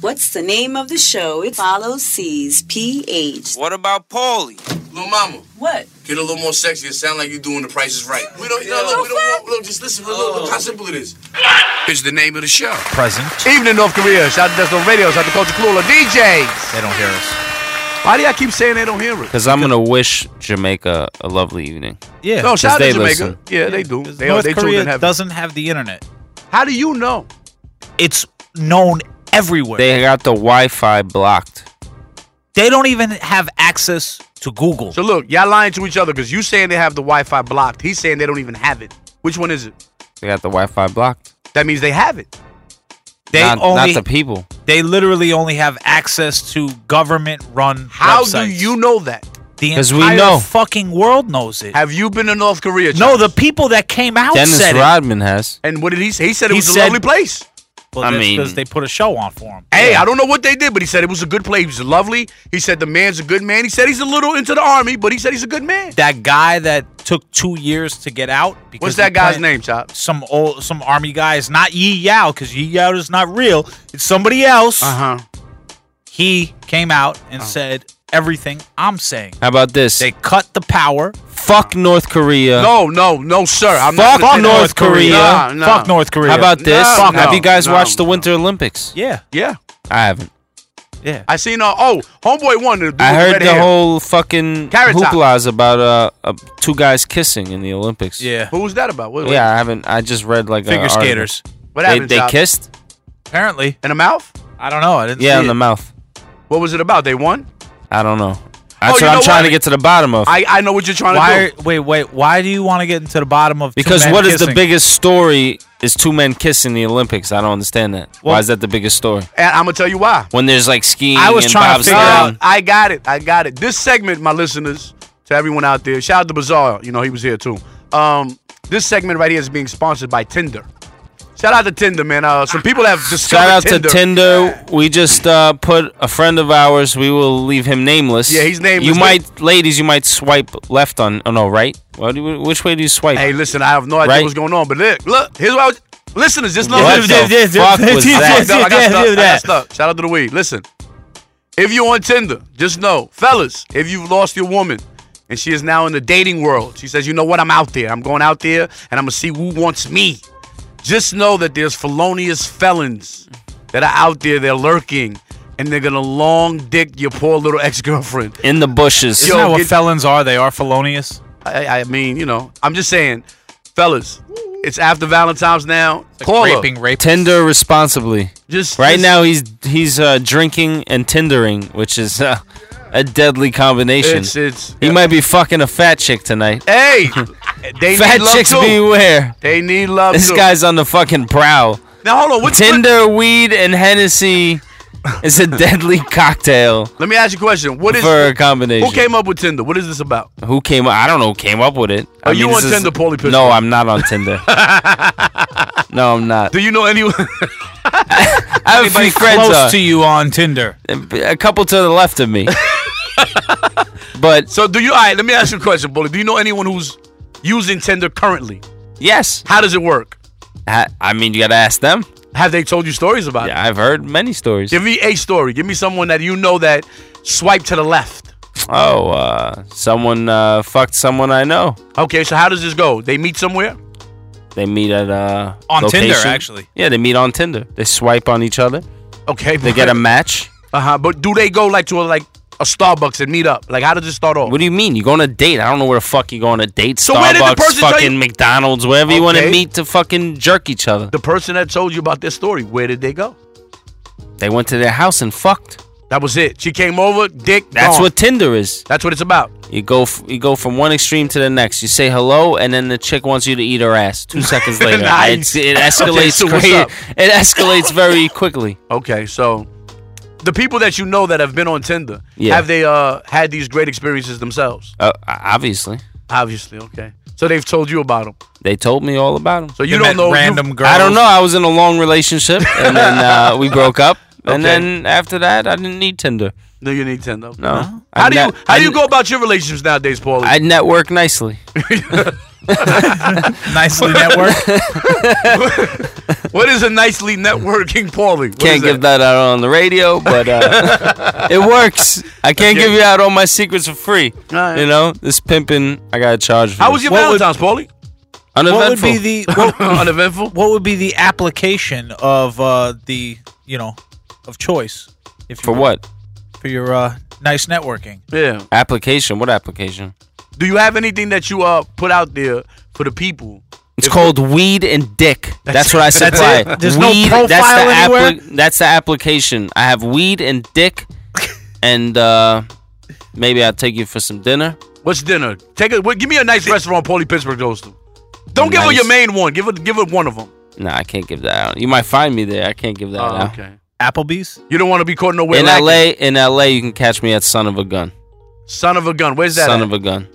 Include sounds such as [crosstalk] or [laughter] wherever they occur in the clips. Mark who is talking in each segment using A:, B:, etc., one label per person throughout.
A: What's the name of the show? It follows C's PH.
B: What about Paulie?
C: Little mama,
A: What?
C: get a little more sexy. It sound like you doing the Price is Right. We don't, no, look, we don't want, look, just listen, look, look how simple it is. It's the name of the show.
D: Present.
E: Evening, North Korea. Shout out to Desktop Radio. Shout out to Culture Cooler DJs.
D: They don't hear us.
E: Why do y'all keep saying they don't hear it?
B: Because I'm going to wish Jamaica a lovely evening.
D: Yeah.
E: No, Oh, shout out to
B: they
E: Jamaica.
B: listen.
E: Yeah, they do.
D: 'Cause
E: They,
D: North
E: they
D: Korea
E: tuned in heavy.
D: doesn't have the internet.
E: How do you know?
D: It's known everywhere. They,
B: They got the Wi Fi blocked.
D: don't even have access to Google.
E: So look, y'all lying to each other because you saying they have the Wi-Fi blocked. He's saying they don't even have it. Which one is it?
B: They got the Wi Fi blocked.
E: That means they have it.
D: they
B: not,
D: only
B: not the people.
D: they literally only have access to government run
E: How do you know that?
D: The
B: 'Cause
D: entire
B: we know.
D: fucking world knows it.
E: Have you been to North Korea?
D: no,
E: Charles?
D: the people that came out
B: Dennis
D: said it.
B: Rodman has.
E: And what did he say? He said it
D: He
E: was
D: said-
E: a lovely place.
D: Well,
B: I
D: that's
B: mean-
D: because they put a show on for him.
E: Hey, I don't know what they did, but he said it was a good place. He was lovely. He said the man's a good man. He said he's a little into the army, but he said he's a good man.
D: That guy that took two years to get out. Because
E: What's
D: he
E: that guy's
D: planned-
E: name, Chop?
D: Some old, some army guy. It's not Yi Yao because Yi Yao is not real. It's somebody else.
E: Uh huh.
D: He came out
E: Oh.
D: and said everything I'm saying.
B: How about this?
D: They cut the power.
B: fuck North Korea.
E: No, Oh, no, no, sir. I'm
B: Fuck
E: not gonna say
B: North
E: that.
B: Korea.
E: Nah, nah.
D: Fuck North Korea.
B: How about this?
E: No,
B: Fuck,
E: no,
B: Have you guys
E: no,
B: watched the
E: no.
B: Winter Olympics?
D: Yeah,
E: Yeah,
B: I haven't.
D: yeah.
E: I seen. Uh, oh, homeboy won. The dude
B: I
E: with
B: heard
E: red
B: the
E: hair.
B: whole fucking
E: Carrot Top.
B: hooplas about uh, uh two guys kissing in the Olympics.
D: yeah.
E: Who was that about? What,
B: Yeah, I haven't. I just read like a
D: Figure
B: article.
D: skaters.
E: What
B: They,
E: happened?
B: they
E: Chop?
B: kissed.
D: Apparently,
E: in the mouth.
D: I don't know. I didn't.
B: Yeah,
D: see
B: in the
D: it.
B: mouth.
E: What was it about? They won.
B: I don't know. That's
E: Oh, you
B: what I'm
E: know
B: trying
E: what?
B: to get to the bottom of.
E: I, I know what you're trying
D: Why?
E: to do.
D: Wait, wait. Why do you want to get into the bottom of? two
B: because
D: men
B: what is the
D: kissing?
B: biggest story? Is two men kissing the Olympics? I don't understand that. Why
D: Well-
B: is that the biggest story?
E: And I'm gonna tell you why.
B: When there's like skiing
D: I was
B: and
D: trying to figure
B: bobsledding.
D: out-
E: I got it. I got it. This segment, my listeners, to everyone out there, shout out to Bazaar. You know, he was here too. Um, this segment right here is being sponsored by Tinder. Shout out to Tinder, man. Uh, some people have discovered
B: Shout out
E: Tinder.
B: to Tinder. We just uh, put a friend of ours. We will leave him nameless.
E: Yeah, he's nameless.
B: You might, ladies, you might swipe left on. Oh no, right. What do you, which way do you swipe?
E: Hey, listen, I have no idea
B: Right.
E: what's going on, but look, look, here's what I was. Listeners, just listen.
B: What the fuck was
E: I got
B: that?
E: stuck. I got stuck. I got
D: that.
E: stuck. Shout out to the weed. Listen, if you're on Tinder, just know, fellas, if you've lost your woman and she is now in the dating world, she says, you know what, I'm out there. I'm going out there and I'm gonna see who wants me. Just know that there's felonious felons that are out there. They're lurking and they're gonna long dick your poor little ex girlfriend.
B: In the bushes.
D: Isn't
E: Yo,
D: that what
E: get-
D: felons are? They are felonious.
E: I, I mean, you know, I'm just saying, fellas, it's after Valentine's now. Call her.
D: raping, rape.
B: Tinder responsibly.
E: Just
B: Right
E: just-
B: now, he's he's uh, drinking and tindering, which is uh, a deadly combination.
E: It's it's.
B: he might be fucking a fat chick tonight. [laughs]
E: Hey, they
B: fat
E: need love
B: chicks
E: too.
B: beware.
E: They need love
B: This
E: too.
B: guy's on the fucking prowl.
E: Uh, now hold on. What's
B: Tinder, weed, and Hennessy is a deadly
E: [laughs]
B: cocktail
E: Let me ask you a question. What is
B: for a combination.
E: who came up with Tinder? What is this about?
B: Who came up? I don't know who came up with it. I
E: Are
B: mean,
E: you on
B: this is-
E: Tinder, Paulie Pittsburgh?
B: No, I'm not on
E: [laughs]
B: Tinder. no, I'm not.
E: Do you know anyone?
B: I [laughs] have a few friends
D: close
B: on-
D: to you on Tinder.
B: a couple to the left of
E: [laughs]
B: me. but
E: so do you? All right. Let me ask you a question, Bully. Do you know anyone who's using Tinder currently?
B: yes,
E: How does it work?
B: I, I mean you gotta ask them.
E: Have they told you stories about it?
B: Yeah, I've heard many stories.
E: Give me a story. Give me someone that you know that swipe to the left.
B: Oh, uh, someone uh, fucked someone I know.
E: Okay, so how does this go? They meet somewhere.
B: They meet at uh,
D: On Tinder,
B: location.
D: actually.
B: Yeah, they meet on Tinder. They swipe on each other.
E: Okay,
B: They get a
E: [laughs]
B: match.
E: Uh huh. But do they go like to a, like a Starbucks and meet up? Like how does it start off?
B: What do you mean? You go on a date? I don't know where the fuck you go on a date.
E: So
B: Starbucks,
E: where did the person tell
B: fucking
E: you-
B: McDonald's, wherever you want to
E: Okay.
B: meet to fucking jerk each other.
E: the person that told you about this story, where did they go?
B: They went to their house and fucked.
E: That was it. She came over, dick.
B: That's
E: gone.
B: what Tinder is.
E: That's what it's about.
B: You go f- you go from one extreme to the next. You say hello, and then the chick wants you to eat her ass. Two seconds
E: [laughs]
B: later,
E: Nice.
B: it, it
E: Okay,
B: escalates.
E: so what's
B: great-
E: up?
B: It escalates very quickly.
E: Okay, so the people that you know that have been on Tinder,
B: Yeah.
E: have they uh had these great experiences themselves?
B: Uh, obviously,
E: Obviously, okay. So they've told you about them.
B: they told me all about him.
E: So you
D: They
E: don't
D: met
E: know you-
D: random girls.
E: [laughs]
B: I don't know. I was in a long relationship, and then uh, we broke up. And
E: Okay.
B: then after that, I didn't need Tinder.
E: No, you need Tinder.
B: No. I
E: How do you
B: ne-
E: how
B: I
E: do you
B: ne-
E: go about your relationships nowadays, Paulie?
B: I network nicely.
E: [laughs]
D: Nicely networked.
E: what is a nicely networking Paulie? What
B: Can't
E: is
B: give that out on the radio,
E: [laughs]
B: but uh, it works. I can't give you out all my secrets for free.
E: Alright.
B: You know, this pimping, I got to charge for.
E: How
B: it.
E: was your
D: What would-
E: Valentine's, Paulie?
D: what would
B: Uneventful.
D: be
B: [laughs]
D: the what,
E: Uneventful.
D: what would be the application of uh, the you know of choice if you
B: for
D: will,
B: what?
D: for your uh, nice networking?
E: Yeah.
B: Application. What application?
E: Do you have anything that you uh put out there for the people?
B: It's
E: If-
B: called weed and dick. That's what I supply.
D: it? There's no
B: weed,
D: profile
B: that's the
D: anywhere?
B: That's the application. I have weed and
E: [laughs]
B: dick, and uh, maybe I'll take you for some dinner.
E: What's dinner? Take a. Well, give me a nice restaurant Paulie Pittsburgh goes to. Don't give her
B: Nice.
E: your main one. Give her give her one of them.
B: Nah, I can't give that out. You might find me there. I can't give that out.
E: Oh, okay.
D: Applebee's.
E: You don't want to be caught nowhere.
B: In
E: lacking.
B: LA, in LA, you can catch me at Son of a Gun.
E: Son of a gun. Where's that?
B: Son
E: at?
B: of a Gun.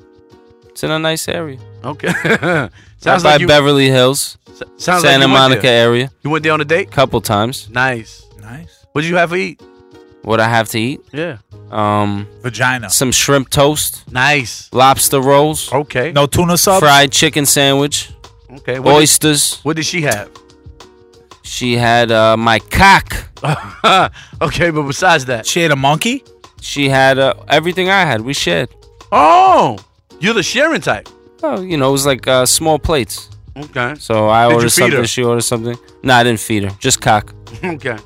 B: It's in a nice area.
E: Okay. [laughs] sounds
B: Sounds by
E: like you.
B: Beverly Hills,
E: sounds like
B: Santa
E: you went
B: Monica
E: there.
B: area.
E: You went there on a date.
B: Couple times.
E: Nice.
D: Nice
E: What did you have to eat?
B: What I have to eat?
E: Yeah.
B: Um,
D: vagina.
B: some shrimp toast,
E: Nice.
B: lobster rolls,
E: Okay.
D: No tuna sub.
B: fried chicken sandwich,
E: Okay. What did,
B: oysters.
E: what did she have?
B: She had uh, my cock.
E: [laughs] okay, but besides that.
D: She ate a monkey.
B: She had uh, everything I had. We shared.
E: Oh, you're the sharing type.
B: Oh, you know, it was like uh, small plates.
E: Okay.
B: So I
E: Did you
B: ordered
E: feed
B: something.
E: her?
B: She ordered something. No, I didn't feed her. Just cock.
E: [laughs] Okay.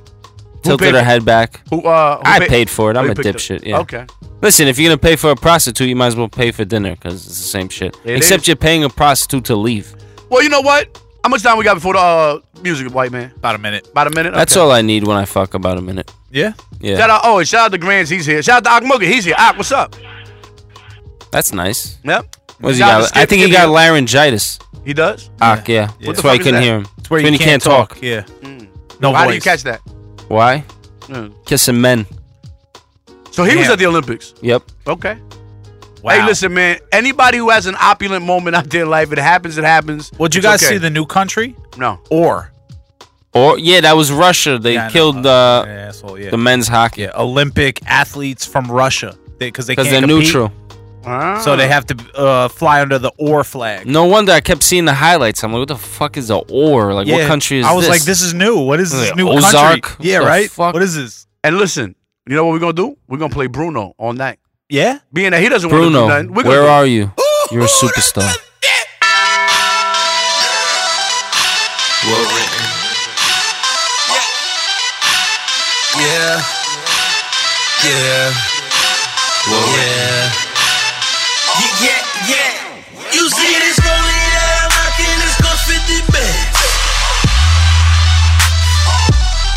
B: Tilted
E: paid
B: her
E: for-
B: head back.
E: Who? Uh, who
B: I
E: pa-
B: paid for it.
E: who
B: I'm a
E: picked up?
B: dipshit. Yeah.
E: Okay.
B: Listen, if you're gonna pay for a prostitute, you might as well pay for dinner because it's the same shit.
E: It
B: Except
E: is.
B: you're paying a prostitute to leave.
E: Well, you know what? How much time we got before the uh, music, white man?
D: About a minute.
E: About a minute.
B: That's
E: Okay.
B: all I need when I fuck about a minute.
D: Yeah.
B: Yeah.
E: Shout out, oh, and shout out to Grants. He's here. Shout out to Akmuga. He's here. Ak, what's up?
B: That's nice.
E: Yep.
B: What's he
E: Shout out
B: got?
E: to
B: I
E: Skip.
B: think he
E: Skip
B: got
E: here.
B: laryngitis.
E: He does.
B: Ah, yeah.
D: Yeah.
B: That's
E: the
B: why I
E: fuck is
B: couldn't
E: that?
B: hear him.
D: It's where
B: when he can't talk.
D: Yeah. No
E: How do you
D: voice.
E: catch that?
B: Why? Kissing men.
E: Hmm. So he was
D: Yeah.
E: at the Olympics.
B: Yep.
E: Okay.
D: Wow.
E: Hey, listen, man. Anybody who has an opulent moment out there in life, it happens. It happens.
D: Would you
E: It's
D: guys
E: okay.
D: see the new country
E: No.
D: or
B: Or yeah, that was Russia. They
D: Yeah, I know.
B: killed
D: Uh,
B: uh,
D: asshole? Yeah.
B: the men's hockey
D: yeah. Olympic athletes from Russia because they
B: because they're
D: can't compete,
B: neutral.
E: Ah.
D: so they have to uh, fly under the or flag.
B: No wonder I kept seeing the highlights. I'm like, what the fuck is the or? Like, what country is
D: I was like, this is new. What is this
B: Like,
D: new
B: Ozark?
D: country?
B: What
D: Yeah,
B: the
D: right.
B: fuck?
D: What is this?
E: And listen, you know what we're gonna do? We're gonna play Bruno all night.
D: Yeah,
E: Being that he doesn't want to do
B: Bruno,
E: nothing, we're
B: where
E: gonna
B: are you? You're a superstar.
F: Yeah. Yeah. Yeah. Yeah, yeah, yeah. You see this rolling out, I'm rocking this gun 50 bands.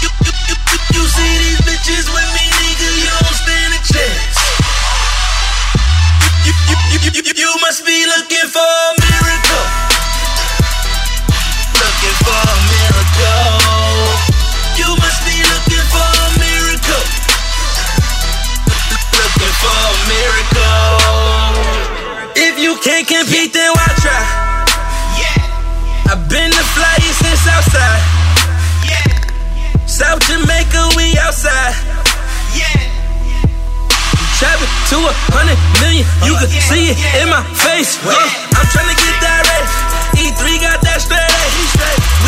F: You, you, you, you, you see these bitches with me, nigga, you don't stand a chance. You, you, you, you, you, you must be looking for a miracle. Looking for a miracle. You must be looking for a miracle. Looking for a miracle. If you can't compete, then why try? Yeah. I've been the flyest since outside. Yeah. South Jamaica, we outside. Yeah. Trapping to a hundred million, you can see it in my face. Oh, Yeah. I'm trying to get that right. E3 E got that straight. A.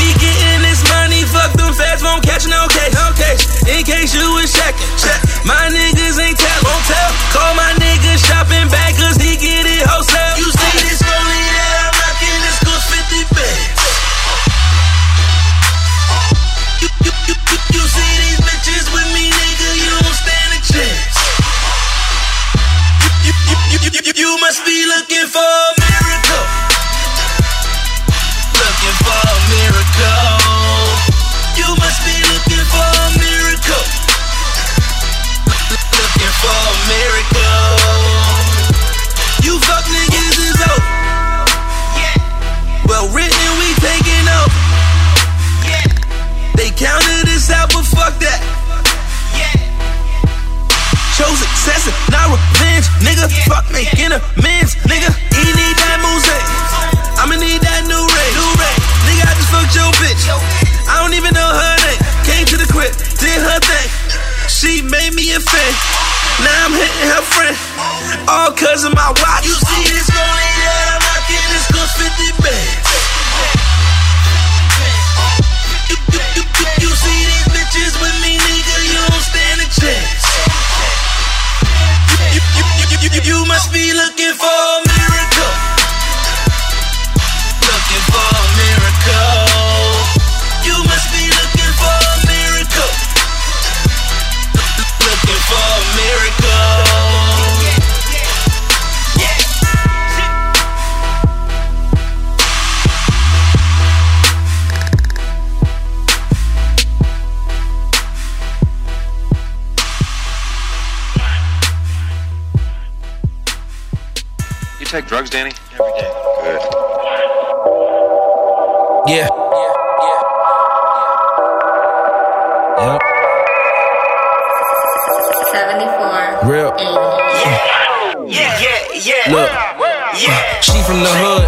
F: We getting this money, fuck them feds, won't catch no case. No case. In case you was checking, check. My niggas ain't tell, won't tell. Call my nigga shopping back, cause he get it wholesale. You see this rolling that I'm rocking, this good 50 bands. You, you, you, you, you see these bitches with me, nigga, you don't stand a chance. You, you, you, you, you, you must be looking for a miracle. Looking for a miracle. You must be looking for a miracle. Looking for a miracle. You fuck niggas is over. Well written, we taking over. They counted us out, but fuck that. Chose excessive, not revenge, nigga. Fuck making amends, nigga. He need that music. I'ma need that new ring. New ring. Nigga, I just fucked your bitch. I don't even know her name. Came to the crib, did her thing. She made me a fan. Now I'm hitting her friend. All cause of my watch. You see this money that I'm rocking, this cost 50 bands. You, you, you, you, you see these bitches with me, nigga, you don't stand a chance. You, you, you, you, you, you must be looking for a miracle. Looking for a miracle. You must be looking for a miracle. Looking for a miracle.
G: You take drugs, Danny? Every day. Good.
H: Yeah. Yep.
I: 74.
H: Real. Look. She from the hood,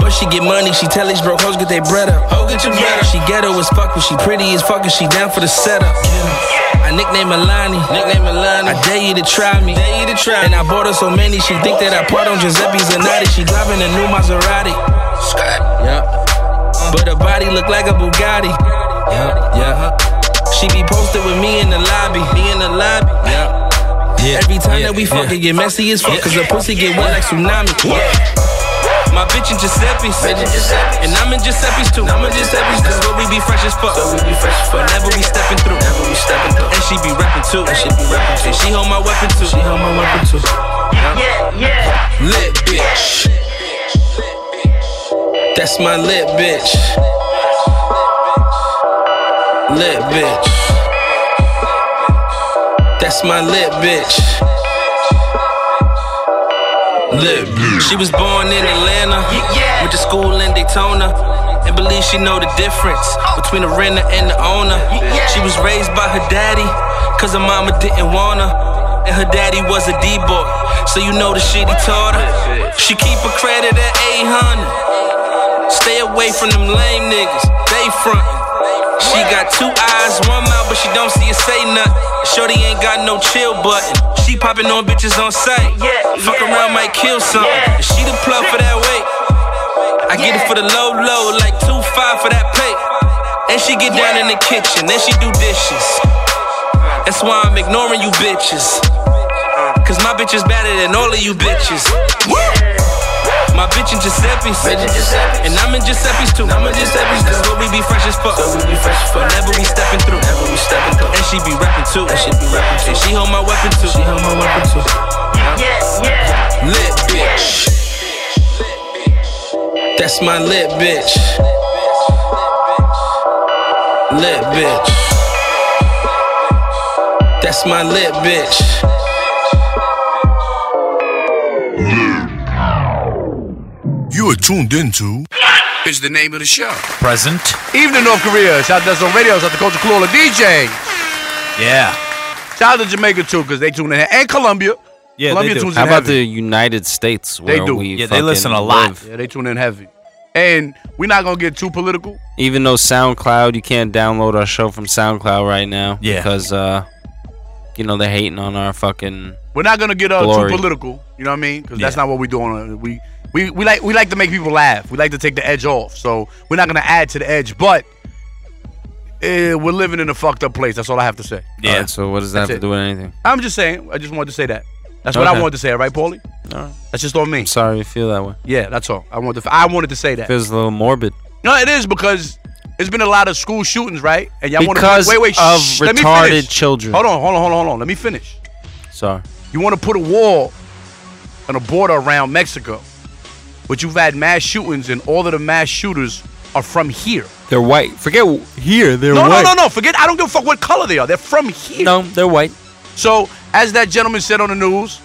H: but she get money. She tell these broke hoes get their bread up. Oh, get your bread up. She ghetto as fuck, but she pretty as fuck, and she down for the setup. I nickname her Lonnie. Nickname Milani. I dare you to try me. Dare you to try. And I bought her so many, she think that I part on Giuseppe Zanotti. She driving a new Maserati. Yep. But her body look like a Bugatti. Yeah, yeah. She be posted with me in the lobby. Me in the lobby. Yeah. Every time that we fuck, it get messy as fuck. Cause the pussy get wet like tsunami. My bitch in Giuseppe's. And I'm in Giuseppe's too. I'm in Giuseppe's too. But we be fresh as fuck. So we be fresh as fuck. Whenever we stepping through. Whenever we stepping through. And she be rapping too. And she be rapping too. And she hold my weapon too. She hold my weapon too. Yeah, yeah. Lit bitch. That's my lit bitch. Lit bitch. That's my lit bitch. Lit bitch. She was born in Atlanta. Went to school in Daytona. And believe she know the difference between a renter and the owner. She was raised by her daddy, cause her mama didn't want her. And her daddy was a D-boy. So you know the shit he taught her. She keep her credit at 800. Stay away from them lame niggas, they front. She got two eyes, one mouth, but she don't see it say nothing. Shorty ain't got no chill button. She popping on bitches on sight. Fuck around, might kill something. She the plug for that weight. I get it for the low, low, like two five for that plate. And she get down in the kitchen, then she do dishes. That's why I'm ignoring you bitches. Cause my bitch is better than all of you bitches. My bitch in Giuseppe's. And I'm in Giuseppe's too. I'm in Giuseppe's too. But we be fresh as fuck. we be fresh as fuck. Whenever we stepping through. Whenever we stepping through. And she be rapping too. And she be rapping too. And she hold my weapon too. She hold my weapon too. Yeah, yeah. Lit bitch. That's my lit bitch. Lit bitch. That's my lit bitch.
C: You are tuned into. Is the name of the show.
D: Present.
E: Evening, North Korea. Shout out to some radios. Shout out to Culture Cooler DJ.
D: Yeah.
E: Shout out to Jamaica, too, because they tune in. And Colombia.
D: Yeah,
E: Colombia
D: they do.
E: tunes in
B: How about
E: heavy.
B: the United States? Where
E: do.
B: We
D: Yeah, they listen
B: fucking
D: a lot.
B: live?
E: Yeah, they tune in heavy. And we're not going to get too political.
B: Even though SoundCloud, you can't download our show from SoundCloud right now.
D: Yeah.
B: Because uh, you know they're hating on our fucking.
E: We're not going to get uh,
B: Glory.
E: too political. You know what I mean? Because that's
D: Yeah.
E: not what we're doing. Uh, We, we, we, like, we like to make people laugh. We like to take the edge off. So we're not going to add to the edge. But eh, we're living in a fucked up place. That's all I have to say.
D: Yeah.
B: Alright, so what does that
E: That's
B: have to
E: it.
B: do with anything?
E: I'm just saying. I just wanted to say that. That's what I
B: Okay.
E: wanted to say, right, Paulie?
B: Alright.
E: That's just on me.
B: I'm sorry you feel that way.
E: Yeah, that's all. I wanted to, I wanted to say that.
B: Feels a little morbid.
E: No, it is because it's been a lot of school shootings, right? And y'all want
B: Because
E: to wait, wait,
B: of
E: shh, let me
B: retarded
E: finish.
B: children.
E: Hold on, hold on, hold on, hold on. Let me finish.
B: Sorry.
E: You want to put a wall on a border around Mexico, but you've had mass shootings, and all of the mass shooters are from here.
B: They're white. Forget w- here. They're
E: No,
B: white.
E: no, no, no. Forget. I don't give a fuck what color they are. They're from here.
B: no. No, they're white.
E: So, as that gentleman said on the news,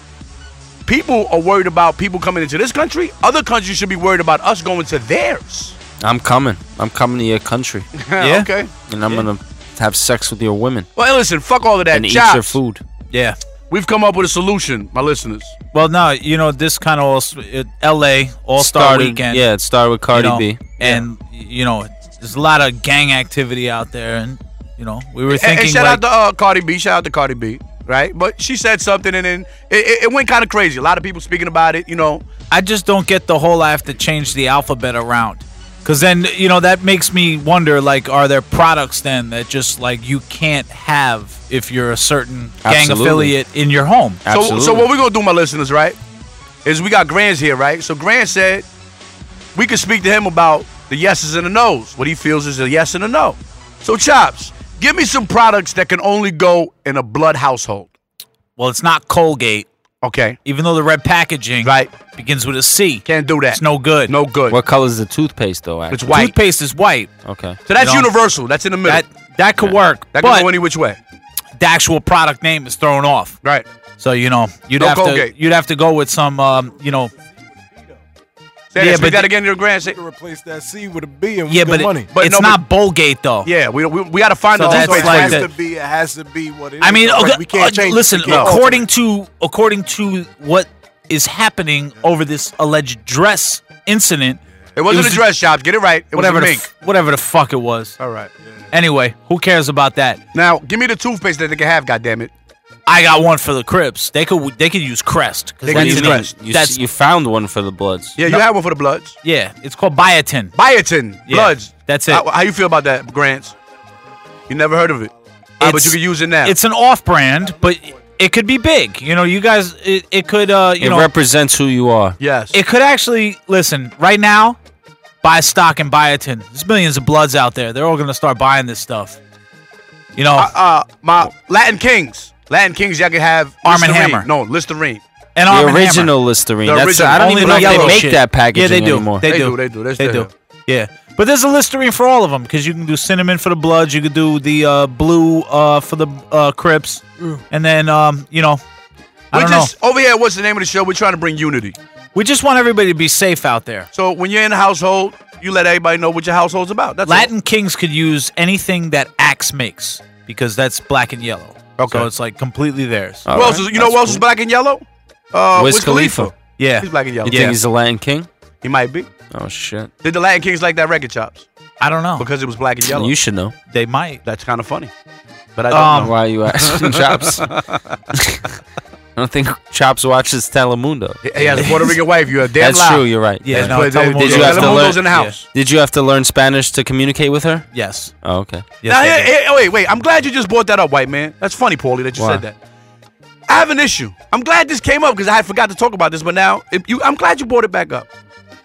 E: people are worried about people coming into this country. Other countries should be worried about us going to theirs.
B: I'm coming. I'm coming to your
E: [laughs]
B: country,
D: Yeah.
E: okay.
B: and I'm gonna have sex with your women
E: Well, listen. Fuck all of that.
B: and eat
E: Chops.
B: your food.
D: Yeah.
E: We've come up with a solution, my listeners.
D: Well, no, you know this kind of all it, L.A. All Star
B: Started-
D: Weekend.
B: Yeah, it started with
D: you
B: Cardi
D: know,
B: B.
D: And you know, there's a lot of gang activity out there, and you You know, we were
E: And,
D: thinking.
E: shout
D: like,
E: out to uh, Cardi B. Shout out to Cardi B. Right, but she said something, and then it, it, it went kind of crazy. A lot of people speaking about it. You know,
D: I just don't get the whole I have to change the alphabet around. Cause then you know that makes me wonder like are there products then that just like you can't have if you're a certain gang
B: Absolutely.
D: affiliate in your home?
E: So,
B: Absolutely.
E: so what we gonna do, my listeners, right? Is we got Grant's here, right? So Grant said we could speak to him about the yeses and the nos, what he feels is a yes and a no. So Chops, give me some products that can only go in a blood household.
D: Well, it's not Colgate,
E: Okay,
D: even though the red packaging
E: right?
D: begins with a C.
E: Can't do that.
D: It's no good.
E: No good.
B: What color is the toothpaste though?
E: It's
B: Actually?
E: white.
D: Toothpaste is white.
B: Okay.
E: so that's
D: you know.
E: universal. That's in the middle.
D: That
E: That,
D: that could work,
E: can
D: but
E: go any which way.
D: the actual product name is thrown off.
E: Right.
D: So you know you'd
E: No
D: have
E: Colgate.
D: to you'd have to go with some um, you know
E: Say
D: Yeah,
E: that, speak
D: but
E: that
D: the-
E: again to your Grant. Say,
J: to replace that C with a B and we
D: yeah,
J: get
D: but, it-
J: money.
E: But
D: it's
E: no, but-
D: not Bolgate though.
E: yeah, we we, we got to find
D: So
E: the
D: that's
E: two-way
J: it
D: like
J: has
E: traffic.
D: that.
J: to be. It has to be what it is.
D: I mean, okay,
J: we can't
D: uh,
J: change.
D: listen.
J: we can't
D: according to according to what is happening over this alleged dress incident,
E: It wasn't
D: It was-
E: a dress shop. Get it right. It
D: whatever
E: was
D: the
E: a mink.
D: f- whatever the fuck it was.
E: All right.
D: Anyway, who cares about that?
E: Now give me the toothpaste that they can have. God damn it.
D: I got one for the Crips. They could they could use Crest. 'cause
E: They
D: that's
E: could use
D: an-
E: Crest.
B: You,
D: That's
B: s- you found one for the Bloods.
E: Yeah, you had one for the bloods.
D: yeah. It's called biotin.
E: Biotin,
D: Yeah,
E: Bloods.
D: that's it.
E: How, how you feel about that, Grants? You never heard of it, Ah, but
D: It's-
E: you can use it now.
D: It's an off brand, but it could be big. You know, you guys, it, it could uh, you
B: it
D: know,
B: represents who you are.
E: yes.
D: it could actually listen right now. Buy stock in biotin. There's millions of bloods out there. They're all gonna start buying this stuff. You know,
E: uh, my Latin Kings, Latin Kings, y'all can have
D: Arm and
E: Listerine.
D: Hammer.
E: No, Listerine.
D: and
B: The
D: Arm and Hammer.
B: original Listerine.
E: The
B: That's
E: original.
B: I don't
D: Only
B: even
D: the
B: know if they
D: yellow
B: make
D: shit.
B: that
D: Yeah,
B: packaging
D: they do.
B: anymore.
D: They,
E: They
D: do.
E: do, they do. That's
D: they
E: their-
D: do. Yeah, but there's a Listerine for all of them because you can do cinnamon for the Bloods, you could do the uh, blue uh, for the uh, Crips, and then um, you know, I
E: We're
D: don't
E: just over here. What's the name of the show? We're trying to bring unity.
D: know. We just want everybody to be safe out there.
E: So when you're in a household, you let everybody know what your household's about. That's all.
D: Latin Kings could use anything that Axe makes because that's black and yellow.
E: Okay.
D: So it's like completely theirs.
B: All
E: Who else
B: right,
E: is- you know
B: that's
E: who else is
B: cool.
E: black and yellow? Uh,
B: Wiz Khalifa.
D: yeah.
E: He's black and yellow.
B: You think he's a Latin king?
E: he might be.
B: Oh shit!
E: Did the Latin Kings like that record chops
D: I don't know.
E: because it was black and yellow?
B: You should know.
D: They might.
E: That's kind of funny. But I don't
D: Um,
E: know.
B: Why you [laughs] asking
E: [laughs]
B: Chops? I don't think Chops watches Telemundo.
E: He has a Puerto Rican wife. You're a damn
B: That's
E: lie.
B: true. You're right.
D: Yeah,
E: That's
D: no,
E: why they-
D: Telemundo-
E: they-
B: Did you have to
E: Telemundo's
B: learn-
E: in the house.
B: Did you have to learn Spanish to communicate with her?
D: Yes.
B: Oh, okay.
D: yes
E: now,
D: they
E: here,
D: do.
E: here- wait, wait. I'm glad you just brought that up, white man. That's funny, Paulie, that you
B: Why?
E: said that. I have an issue. I'm glad this came up because I had forgot to talk about this, but now if you, I'm glad you brought it back up.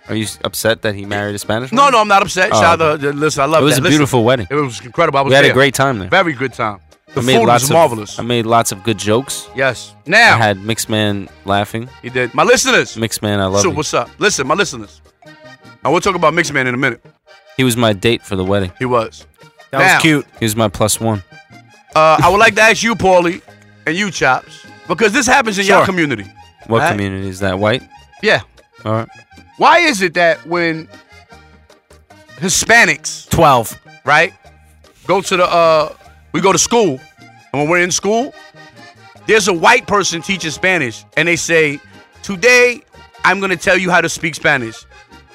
B: Are you s- upset that he married a Spanish?
E: No,
B: woman?
E: no, I'm not upset.
B: Oh,
E: Shout out to listen. I love
B: It was
E: that.
B: a
E: Listen,
B: beautiful wedding.
E: It was incredible. I was
B: We had a
E: there.
B: great time there.
E: very good time. The
B: I made
E: food
B: lots
E: was
B: of-
E: marvelous.
B: I made lots of good jokes.
E: yes.
B: I
E: Now
B: had mixed man laughing.
E: he did. My listeners,
B: Mixed man, I love
E: so
B: you.
E: what's up? Listen, my listeners. I will talk about Mixed Man in a minute.
B: He was my date for the wedding.
E: He was.
D: That was
E: now-
D: cute.
B: He was my plus one.
E: Uh, I would like to ask you, Paulie, and you, Chops, because this happens in your
D: Sure.
E: community.
B: What
E: Right.
B: community is that? White.
E: Yeah.
B: All right.
E: Why is it that when Hispanics,
D: 12.
E: right, go to the uh we go to school, and when we're in school, there's a white person teaching Spanish and they say, "Today I'm going to tell you how to speak Spanish."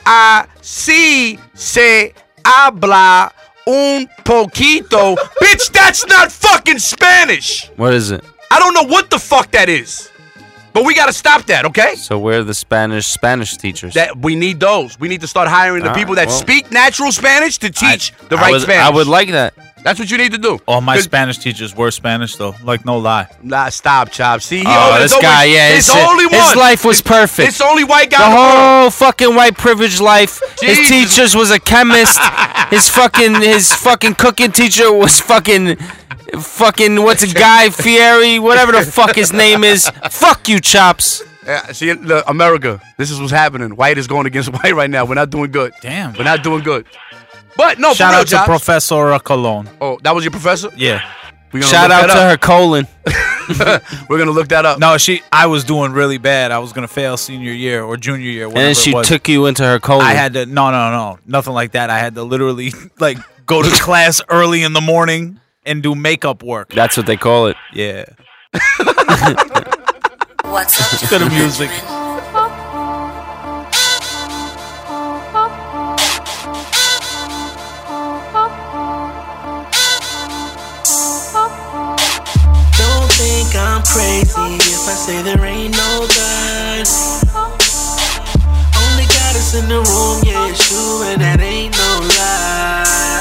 E: I see se habla un
B: [laughs]
E: poquito. Bitch, that's not fucking Spanish.
B: What is it?
E: I don't know what the fuck that is. But we got to stop that, okay?
B: So where are the Spanish Spanish teachers?
E: That we need those. We need to start hiring the
B: All
E: people
B: right,
E: that
B: well.
E: speak natural Spanish to teach the
B: I
E: right
B: was-
E: Spanish.
B: I would like that.
E: That's what you need to do.
D: All my
E: Good-
D: Spanish teachers were Spanish, though. Like, no lie.
E: Nah, Ah, stop, chop. See, he
B: Oh,
E: always-
B: this guy, yeah,
E: it's
B: his-
E: only one.
B: His life was perfect.
E: It's only white guy.
B: the
E: in the world.
B: whole fucking white privileged life.
E: Jesus.
B: His teachers was a chemist. his fucking his fucking cooking teacher was fucking fucking what's a guy Fieri, whatever the fuck his name
E: [laughs]
B: is. Fuck you, chops.
E: Yeah, see, look, America, this is what's happening. White is going against [laughs] white right now. We're not doing good.
D: Damn.
E: We're not doing good. But no,
D: Shout
E: for real,
D: out to
E: Chops.
D: Professor Colon.
E: oh, that was your professor.
D: Yeah.
E: We're gonna
B: Shout
E: look
B: out
E: that
B: to
E: up.
B: her colon.
E: [laughs] We're gonna look that up.
D: No, she. I was doing really bad. I was gonna fail senior year or junior year.
B: And
D: Whatever
B: then she
D: it was.
B: took you into her colon.
D: I had to. No, no, no, nothing like that. I had to literally [laughs] like
B: [laughs]
D: go to class early in the morning and do makeup work.
B: That's what they call it.
D: Yeah.
I: What's up,
D: Good music.
F: think I'm crazy if I say there ain't no God. Only God is in the room, yeah, it's true, and that ain't no lie.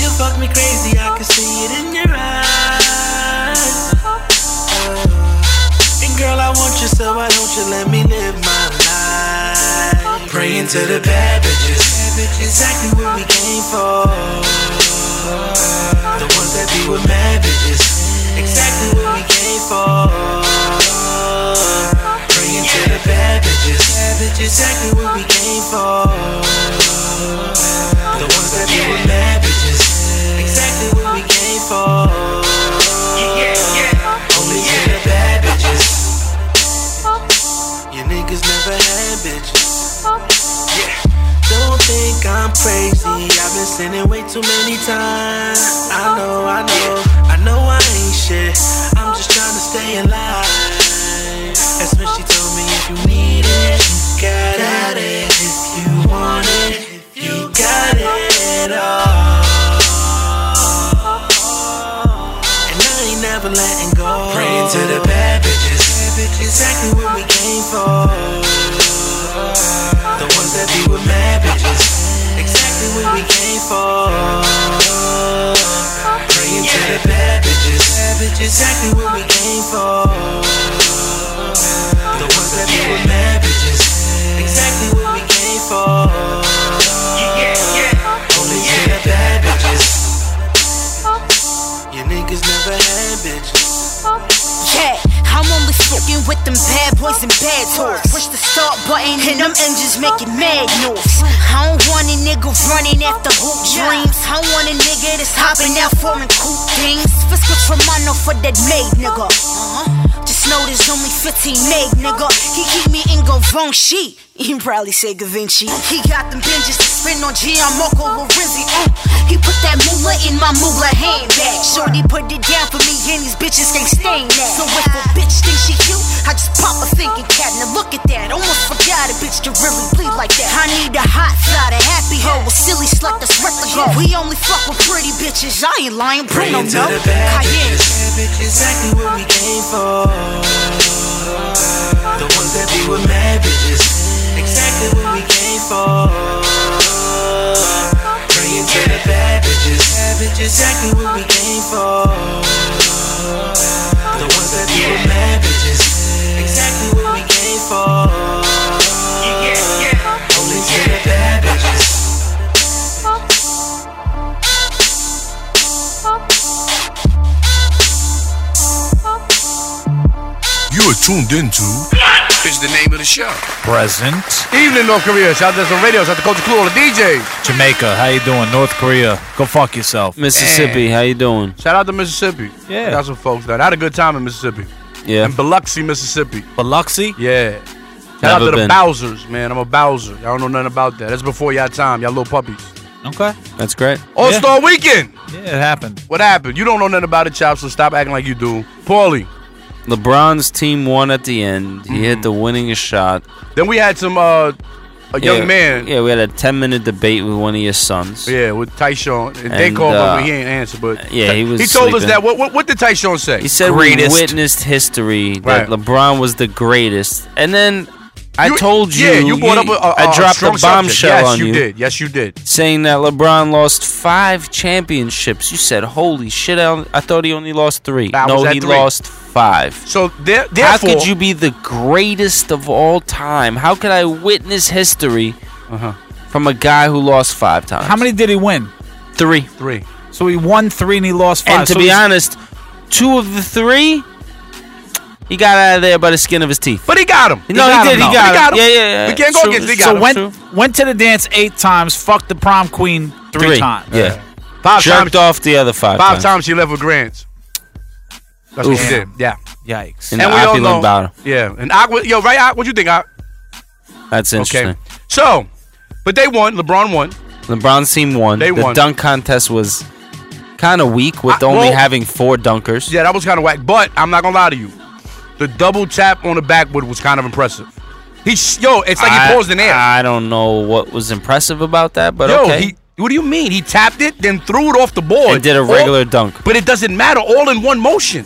F: You fuck me crazy, I can see it in your eyes. Uh, and girl, I want you, so why don't you let me live my life? Praying to the bad bitches, exactly what we came for. The ones that be with mad bitches, exactly what we came for. Praying to the bad bitches, exactly what we came for. The ones that be with mad bitches, exactly what we came for. Only to the bad bitches. You niggas never had bitches. Yeah. Don't think I'm crazy. I've been sinning way too many times. I know, I know, I know I ain't shit. I'm just trying to stay alive. That's when she told me if you need it, you got it. If you want it, you got it all. And I ain't never letting go. Praying to the bad bitches. Exactly what we came for. The ones that be with mad bitches. Exactly what we came for. Praying to the bad bitches. Exactly what we came for. The ones that be with mad bitches. Exactly what we came for. Only to the bad bitches. You niggas never had bitches.
K: Yeah, I'm only fucking with them bad boys and bad toys. Push the start button and them engines making mad noise. I don't want a nigga running after hoop dreams. I don't want a nigga that's hopping out foreign cool things. Fiscal Tremano for that made nigga.
A: Uh-huh.
K: Just know there's only 15 made nigga. He keep me in Gavonchi. He probably say Gavinci. He got them binges to spin on Gianmarco Lorenzi. Uh, he put that moolah in my moolah handbag. Shorty put it down for me and these bitches can't stand that. So if a bitch thinks she cute, I just pop a thinking cat. Now look at that. Almost forgot a bitch can really bleed like that. I need a hot side, a happy hoe, a silly slut that's replicable. We only fuck with pretty bitches. I ain't lying, Bruno,
F: Praying to
K: no.
F: the bad
K: Cayenne.
F: bitches. Exactly what we came for. The ones that be with mad bitches. Exactly what we came for. Praying to the bad bitches. Exactly what we came for. The ones that be with mad bitches. Exactly what we came for. Only to the bad bitches.
E: You are tuned into
C: It's the name of the show.
D: Present.
E: Evening North Korea. Shout out to the radio. Shout out to Culture Clue, all the DJs.
D: Jamaica, how you doing? North Korea, go fuck yourself.
E: Mississippi,
D: how you doing?
E: Shout out to Mississippi. Yeah. Got some folks that I had a good time in Mississippi.
B: Yeah.
E: In Biloxi, Mississippi.
D: Biloxi?
E: Yeah. Shout
B: Never
E: out to
B: been.
E: the Bowsers, man. I'm a Bowser. Y'all don't know nothing about that. That's before y'all time. Y'all little puppies.
D: Okay.
B: That's great.
E: All Star Weekend.
D: Yeah, it happened.
E: What happened? You don't know nothing about it, Chop, so stop acting like you do. Paulie.
B: LeBron's team won at the end. He hit the winning shot.
E: Mm-hmm. Then we had some uh, a young
B: yeah,
E: man.
B: Yeah, we had a ten minute debate with one of your sons.
E: Yeah, with Tyshawn. And, they
B: And,
E: called
B: uh,
E: him, but he ain't answer. But
B: yeah, he was
E: He told us
B: sleeping.
E: that. What, what, what did Tyshawn say?
B: He said we witnessed history that
E: Right.
B: LeBron was the greatest, and then I
E: You-
B: told you.
E: Yeah, you brought up. A, a,
B: I
E: a
B: dropped
E: strong
B: a
E: subject.
B: bombshell
E: Yes,
B: on you.
E: you did. Yes, you did.
B: Saying that LeBron lost five championships. You said, "Holy shit! I, I thought he only lost three.
E: I
B: no,
E: was at
B: he
E: three.
B: lost five.
E: So there,
B: how
E: therefore, [laughs]
B: could you [laughs] be the greatest of all time? How could I witness history
E: Uh-huh.
B: from a guy who lost five times?
D: How many did he win?
B: Three.
E: Three.
D: So he won three and he lost five.
B: And to
D: So
B: be
D: he's-
B: honest, two of the three, he got out of there by the skin of his teeth.
E: But he got him.
B: No, he,
D: got
B: did.
D: him,
B: He
D: though.
B: got, him.
D: him.
B: Yeah, yeah, yeah. True.
D: So went went to the dance eight times. Fucked the prom queen three, times.
B: Yeah.
E: Five
B: Jerked
E: times-
B: off the other five,
E: five times she left with Grants. That's what
B: Oof.
E: she did. Yeah.
D: Yikes.
B: In the opulent bottom.
E: Yeah. And I, yo, right? I, what you think? I,
B: That's interesting.
E: okay. So, but they won. LeBron won.
B: LeBron's team won.
E: They
B: the
E: won.
B: dunk contest was kind of weak with
E: I-
B: only
E: well-
B: having four dunkers.
E: Yeah, that was kind of whack. But I'm not gonna lie to you, the double tap on the backwood was kind of impressive. He, sh- yo, it's like he paused in air.
B: I don't know what was impressive about that, but
E: yo,
B: okay.
E: he What do you mean? He tapped it, then threw it off the board.
B: And did a regular dunk.
E: But it doesn't matter. All in one motion.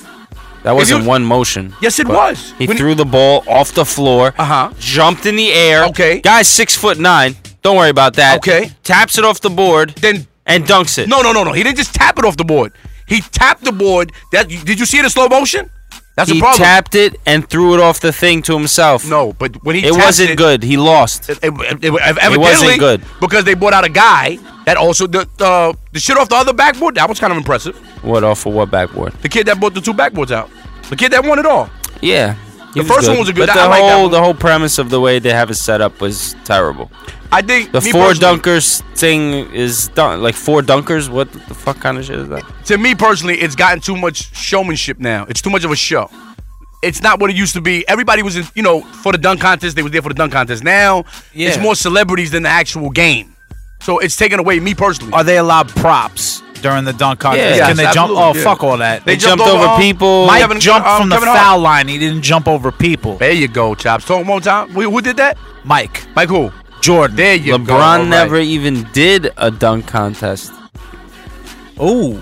B: That
E: If
B: wasn't
E: you-
B: one motion.
E: Yes, it
B: But
E: was.
B: He
E: When- Uh-huh.
B: threw the ball off the floor. Uh huh. Jumped in the air. Okay. Guy's six foot nine. Don't worry about that. Okay. Taps it off the board.
E: Then
B: and dunks it.
E: No, no, no, no. He didn't just tap it off the board. He tapped the board. That did you see it in slow motion? That's
B: he
E: a problem.
B: tapped it and threw it off the thing to himself.
E: No, but when he
B: it
E: tapped
B: wasn't
E: it-
B: good. He lost.
E: It, it- it-
B: It
E: evidently,
B: wasn't good.
E: because they brought out a guy that also the uh, the shit off the other backboard. That was kind of impressive.
B: What off of what backboard?
E: The kid that brought the two backboards out. The kid that won it all.
B: Yeah. he
E: The first one was a good-
B: But
E: I- I
B: the
E: like that
B: whole
E: one.
B: the whole premise of the way they have it set up was terrible.
E: I think
B: The
E: me
B: four
E: personally-
B: dunkers thing is done. Like four dunkers. What the fuck kind of shit is that?
E: to me personally, it's gotten too much showmanship now. It's too much of a show. It's not what it used to be. Everybody was, in, you know, for the dunk contest. They was there for the dunk contest. Now it's
D: Yeah.
E: more celebrities than the actual game. So it's taken away. Me personally,
D: Are they allowed props during the dunk contest?
E: Yeah.
D: Can they
E: Yes,
D: jump? Oh,
E: absolutely, yeah.
D: fuck all that.
E: They They jumped jumped over, over um, people.
D: Mike
E: Kevin-
D: jumped
E: um,
D: from the
E: Kevin Hart.
D: foul line. He didn't jump over people.
E: There you go, chops. Talk one more time. Who, who did that?
D: Mike.
E: Mike who?
D: Jordan.
E: There you
B: LeBron
E: go. All right.
B: never even did a dunk contest.
D: Ooh.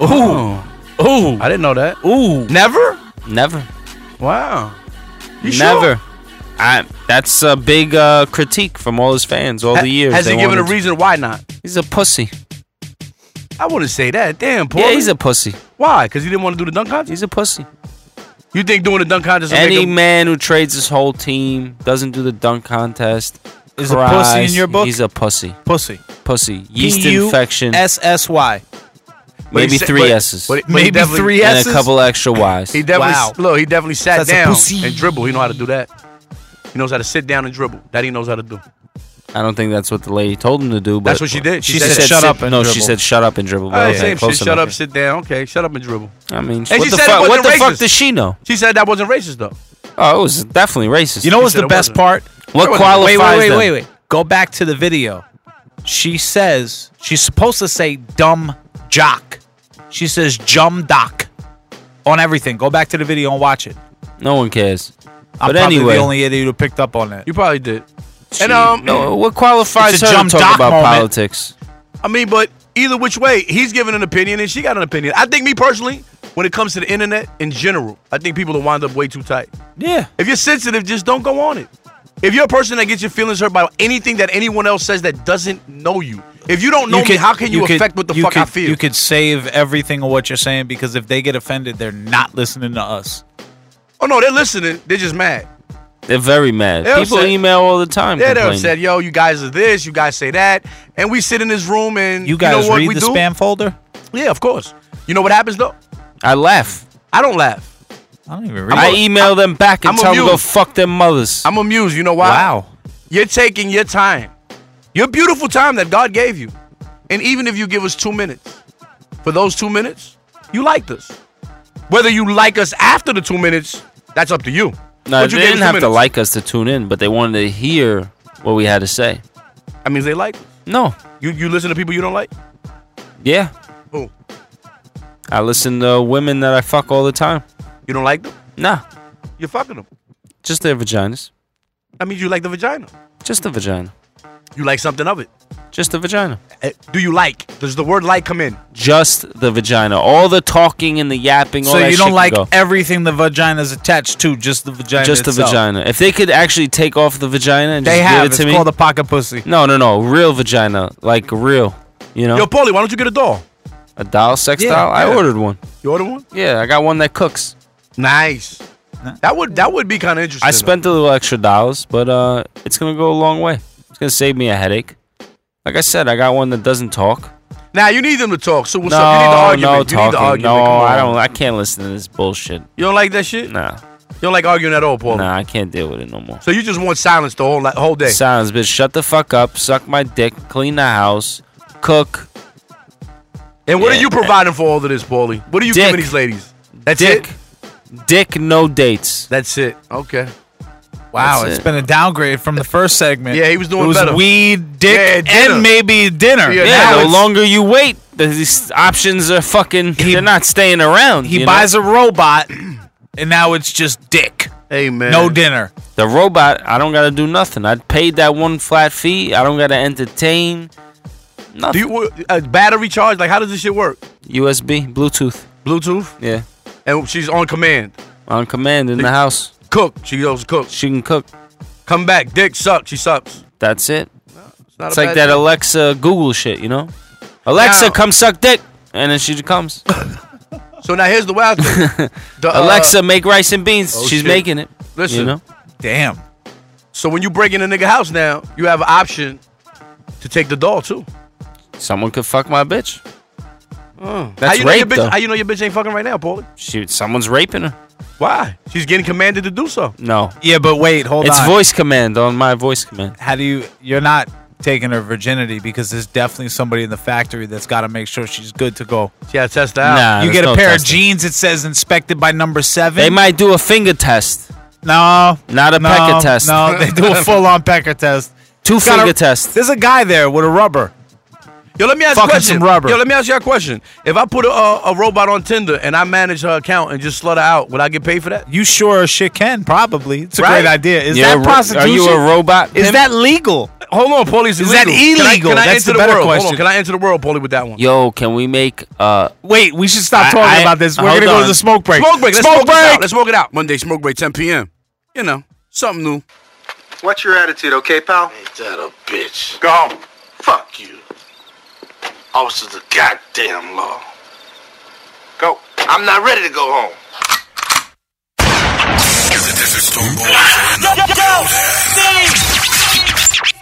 B: Oh.
E: Ooh.
D: Ooh.
E: I didn't know that.
D: Ooh.
E: Never?
B: Never.
E: Wow. You sure?
B: never. I, that's a big uh, critique from all his fans all
E: Ha-
B: the years.
E: Has
B: they
E: he given a
B: wanted-
E: reason why not?
B: He's a pussy.
E: I wouldn't say that. Damn, Paul.
B: Yeah, he's a pussy.
E: Why? Because he didn't want to do the dunk contest.
B: He's a pussy.
E: You think doing the dunk contest? will
B: Any
E: make him-
B: man who trades his whole team, doesn't do the dunk contest,
D: Is a pussy in
B: cries,
D: your book?
B: He's a pussy.
D: Pussy.
B: Pussy. Yeast
E: E.
D: P U
B: infection.
D: S S Y.
E: But he
B: maybe
E: said-
B: three
E: but-
B: S's.
E: but- but he
D: Maybe
E: definitely-
D: three
B: and
D: S's.
B: a couple extra Y's.
E: He definitely
D: Wow.
E: look. He definitely sat
D: That's a
E: down
D: pussy.
E: and dribble. He know how to do that. He knows how to sit down and dribble. That he knows how to do.
B: I don't think that's what the lady told him to do. But
E: That's what she did. She
B: She,
E: said,
B: said,
E: "Shut
B: sit-
E: up and
B: no. She
E: dribble."
B: said shut up and dribble.
E: All
B: But
E: right,
B: okay,
E: same shit.
B: close
E: Shut
B: enough.
E: up, sit down. Okay, shut up and dribble.
B: I mean,
E: And
B: what
E: she
B: the
E: said it
B: fuck? What
E: wasn't
B: the fuck
E: racist.
B: does she know?
E: She said that wasn't racist though.
B: Oh, it was definitely racist.
D: You know what's
E: said
D: the
E: it
D: best
E: wasn't.
D: part?
B: what qualifies
D: Wait, wait, wait,
B: them?
D: wait, wait. Go back to the video. She says she's supposed to say dumb jock. She says jum doc on everything. Go back to the video and watch it.
B: No one cares.
D: I'm
B: but
D: probably
B: anyway,
D: the only idiot who picked up on that.
E: You probably did.
B: she-
E: and um,
B: no, what qualifies
D: It's a
B: her to
D: jump
B: talk
D: doc
B: about
D: moment.
B: politics?
E: I mean, but either which way, he's giving an opinion and she got an opinion. I think me personally, when it comes to the internet in general, I think people will wind up way too tight.
D: Yeah.
E: If you're sensitive, just don't go on it. If you're a person that gets your feelings hurt by anything that anyone else says that doesn't know you, if you don't know me,
D: could-
E: how can you,
D: could-
E: affect what the
D: you
E: fuck I
D: could-
E: feel?
D: You could save everything of what you're saying because if they get offended, they're not listening to us.
E: oh no, they're listening. They're just mad.
B: They're very mad.
E: They're
B: People
E: upset.
B: email all the time.
E: Yeah, they're
B: complaining.
E: upset. Yo, you guys are this. You guys say that, and we sit in this room and
D: You guys
E: know what
D: read
E: we
D: the
E: do?
D: spam folder?
E: Yeah, of course. You know what happens though?
B: I laugh.
E: I don't laugh.
D: I don't even read
B: I
D: it.
B: email them back and
E: I'm
B: tell them to go
E: amused.
B: fuck their mothers.
E: I'm amused. You know why?
D: Wow.
E: You're taking your time, your beautiful time that God gave you. And even if you give us two minutes, for those two minutes, you liked us. Whether you like us after the two minutes, that's up to you.
B: No,
E: But
B: they
E: you gave us
B: didn't
E: two
B: have to
E: minutes.
B: like us to tune in, but they wanted to hear what we had to say.
E: I mean, they like us.
B: No.
E: You you listen to people you don't like.
B: Yeah.
E: Who?
B: I listen to women that I fuck all the time.
E: You don't like them.
B: Nah.
E: You're fucking them.
B: Just their vaginas.
E: That means you like the vagina.
B: Just the vagina.
E: You like something of it.
B: Just the vagina.
E: Eh, Do you like? Does the word like come in?
B: Just the vagina. All the talking and the yapping, all
D: so
B: that
D: you
B: shit
D: don't
B: can
D: like
B: go.
D: everything the vagina's attached to, just the vagina.
B: just the
D: itself.
B: vagina. If they could actually take off the vagina and
D: They
B: just
D: have.
B: give it
D: It's
B: to me.
D: called a pocket pussy.
B: no, no, no. Real vagina. Like real. You know?
E: Yo, Paulie, why don't you get a doll?
B: A doll, sex
E: Yeah,
B: doll.
E: yeah.
B: I ordered one.
E: You order one.
B: Yeah, I got one that cooks.
E: Nice. That would that would be kind of interesting.
B: I spent a little extra dollars, but uh, it's gonna go a long way. It's gonna save me a headache. Like I said, I got one that doesn't talk.
E: Now you need them to talk. So what's
B: no,
E: up? You need the argument.
B: no
E: you need the
B: talking.
E: argument.
B: No,
E: Come on.
B: I don't. I can't listen to this bullshit.
E: You don't like that shit?
B: Nah,
E: You don't like arguing at all, Paul.
B: nah, I can't deal with it no more.
E: So you just want silence the whole li- whole day.
B: Silence, bitch. Shut the fuck up. Suck my dick. Clean the house. Cook.
E: and what are
B: yeah.
E: you providing for all of this, Paulie? What are you
B: Dick.
E: giving these ladies? That's
B: dick.
E: it.
B: Dick. No dates.
E: That's it. Okay.
D: Wow,
B: That's
D: it's
B: it.
D: been a downgrade from the first segment.
E: Yeah, he was doing
D: it was
E: better.
D: Weed, dick,
E: Yeah, dinner.
D: and maybe dinner.
E: Yeah, now
B: Yeah. The
E: it's-
B: longer you wait, the- these options are fucking. they're not staying around.
D: He
B: you know?
D: buys a robot, and now it's just dick.
E: Hey man.
D: No dinner.
B: The robot, I don't gotta do nothing. I paid that one flat fee. I don't gotta entertain.
E: Do you uh, battery charge? Like, how does this shit work?
B: USB, Bluetooth.
E: Bluetooth?
B: Yeah.
E: And she's on command.
B: On command in the house.
E: Cook. She goes cook.
B: She can cook.
E: Come back. Dick sucks. She sucks.
B: That's it. It's,
E: not a
B: like
E: bad
B: that
E: thing.
B: Alexa Google shit, you know? Alexa,
E: Now-
B: come suck dick. And then she comes.
E: [laughs] So now here's the wild
B: [laughs]
E: thing. The, uh,
B: Alexa, make rice and beans.
E: oh,
B: She's
E: shit.
B: making it.
E: Listen.
B: You know?
D: Damn.
E: So when you break in a nigga house now, you have an option to take the doll too.
B: Someone could fuck my bitch.
E: how
B: That's rape,
E: you know your
B: though.
E: bitch, How you know your bitch ain't fucking right now, Paulie?
B: She, someone's raping her.
E: Why? Ah, She's getting commanded to do so.
B: No.
D: Yeah, but wait, hold
B: it's
D: on.
B: voice command on my voice command.
D: How do you? You're not taking her virginity because there's definitely somebody in the factory that's got to make sure she's good to go.
E: Yeah, test that out.
B: Nah,
D: you
B: there's
D: get a
B: no
D: pair of
B: testing.
D: jeans. It says inspected by number seven.
B: They might do a finger test,
D: No,
B: not a
D: no,
B: pecker test.
D: No,
B: [laughs]
D: they do a full-on pecker test.
B: Two
D: Got a-
B: finger test.
D: There's a guy there with a rubber.
E: Yo, let me ask
D: Fucking
E: you a question.
D: some rubber.
E: Yo, let me ask you a question. If I put a, a, a robot on Tinder and I manage her account and just slut her out, would I get paid for that?
D: You sure as shit can. Probably. It's a
E: Right?
D: great idea. Is
B: You're a
D: that
B: ro-
D: prostitution?
B: Are you a robot?
D: Is
B: pimp?
D: that legal?
E: Hold on, Paulie's
D: Is that
E: illegal.
D: illegal?
E: Can I, can I
D: That's
E: enter
D: the better
E: world? Hold on,
D: question.
E: can I enter the world, Paulie, with that one?
B: Yo, can we make uh
D: Wait, we should stop
B: I-
D: talking
B: I-
D: about this. We're
B: hold
D: gonna go to
B: on.
D: the smoke break.
E: Smoke break. Let's smoke, this
D: break.
E: out. Let's smoke it out. Monday smoke break, 10 p.m. You know, something new.
L: What's your attitude, okay, pal?
C: Ain't that a bitch?
L: Go home.
C: Fuck you. Officers of goddamn law. Go. I'm not ready to go home.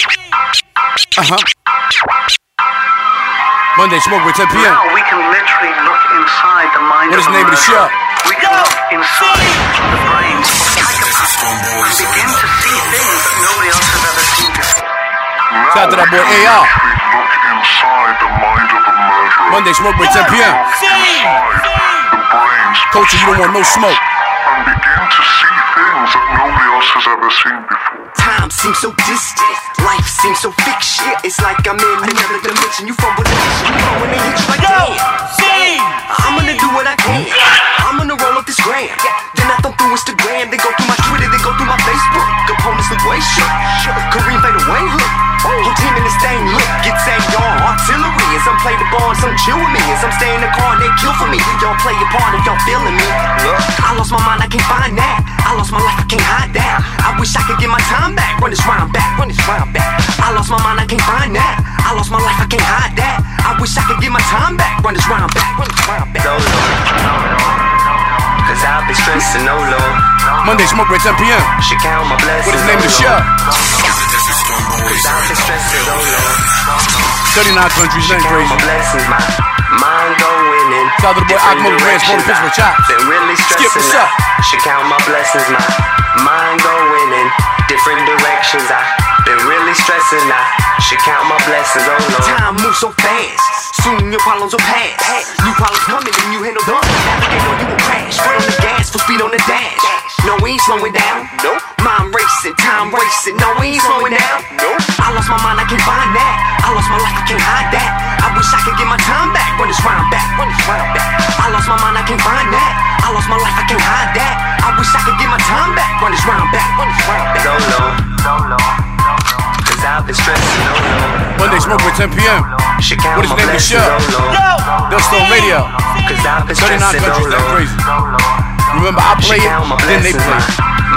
E: Uh-huh. Monday smoke break, 10 p.m.
M: Now we can literally look inside the mind
E: What is the
M: of a
E: name of the show?
M: murderer. We can look inside the brain of a psychopath and begin to see things that nobody else has ever seen before.
E: Shout out to that boy AR. Monday smoke break, 10 p.m. Culture, you don't want no smoke.
N: Time seems so distant, life seems so fiction. It's like I'm in another dimension. You from another dimension. You from when they hit you like damn. I'm gonna do what I can. I'm gonna roll up this gram. Then I thumb through Instagram. They go through my Twitter. They go through my Facebook. Components look way shit. Kareem fade away hook. Whole team in this thing look gets a y'all artillery. As I'm playing the ball, and some chill with me. As I'm staying in the car, and they kill for me. Y'all play your part if y'all feeling me. Look, I lost my mind. I can't find that. I lost my life. I can't hide that. I wish I could get my time back. Run this round back. Run this round back. I lost my mind. I can't find that. I lost my life. I can't hide that. I wish I could get my time back. Run this round back. Run this round back.
L: Cause I've been stressing, no lord.
E: Monday smoke break, 10 p.m.
L: She count my blessings.
E: What is the name of the show?
L: Cause I've been stressing, no lord.
E: 39 countries, ain't crazy.
L: Blessings, my mind going in.
E: Shout out to the boy
L: different
E: Akmo the Ranch,
L: directions.
E: Motor Pittsburgh Chops.
L: Been really
E: Skip,
L: stressing.
E: what's
L: I
E: up?
L: Should count my blessings, my mind going in different directions. I been really stressing. I should count my blessings, oh lord.
N: Time moves so fast. Soon your problems will pass. New problems coming and you handle them. Navigate or you will crash. Foot on the gas, full speed on the dash. No, we ain't slowing down. Nope. Mind racing, time racing. No, we ain't slowing down. Nope. I lost my mind, I can't find that. I lost my life, I can't hide that. I wish I could get my time back. Run this round back. Run this round back. I lost my mind, I can't find that. I lost my life, I can't hide that. I wish I could get my time back. Run this round back. Run this round back.
L: No lord, no lord. Cause I've been stressing, no lord.
E: Monday smoke break, 10 p.m.
L: Should count
E: What is the
L: my
E: name of the
L: blessings,
E: show?
L: oh lord.
E: Dustone Radio.
L: Cause I've been
E: 39
L: stressing, no
E: countries, ain't
L: oh, lord.
E: crazy. Remember, I play it, then they play it.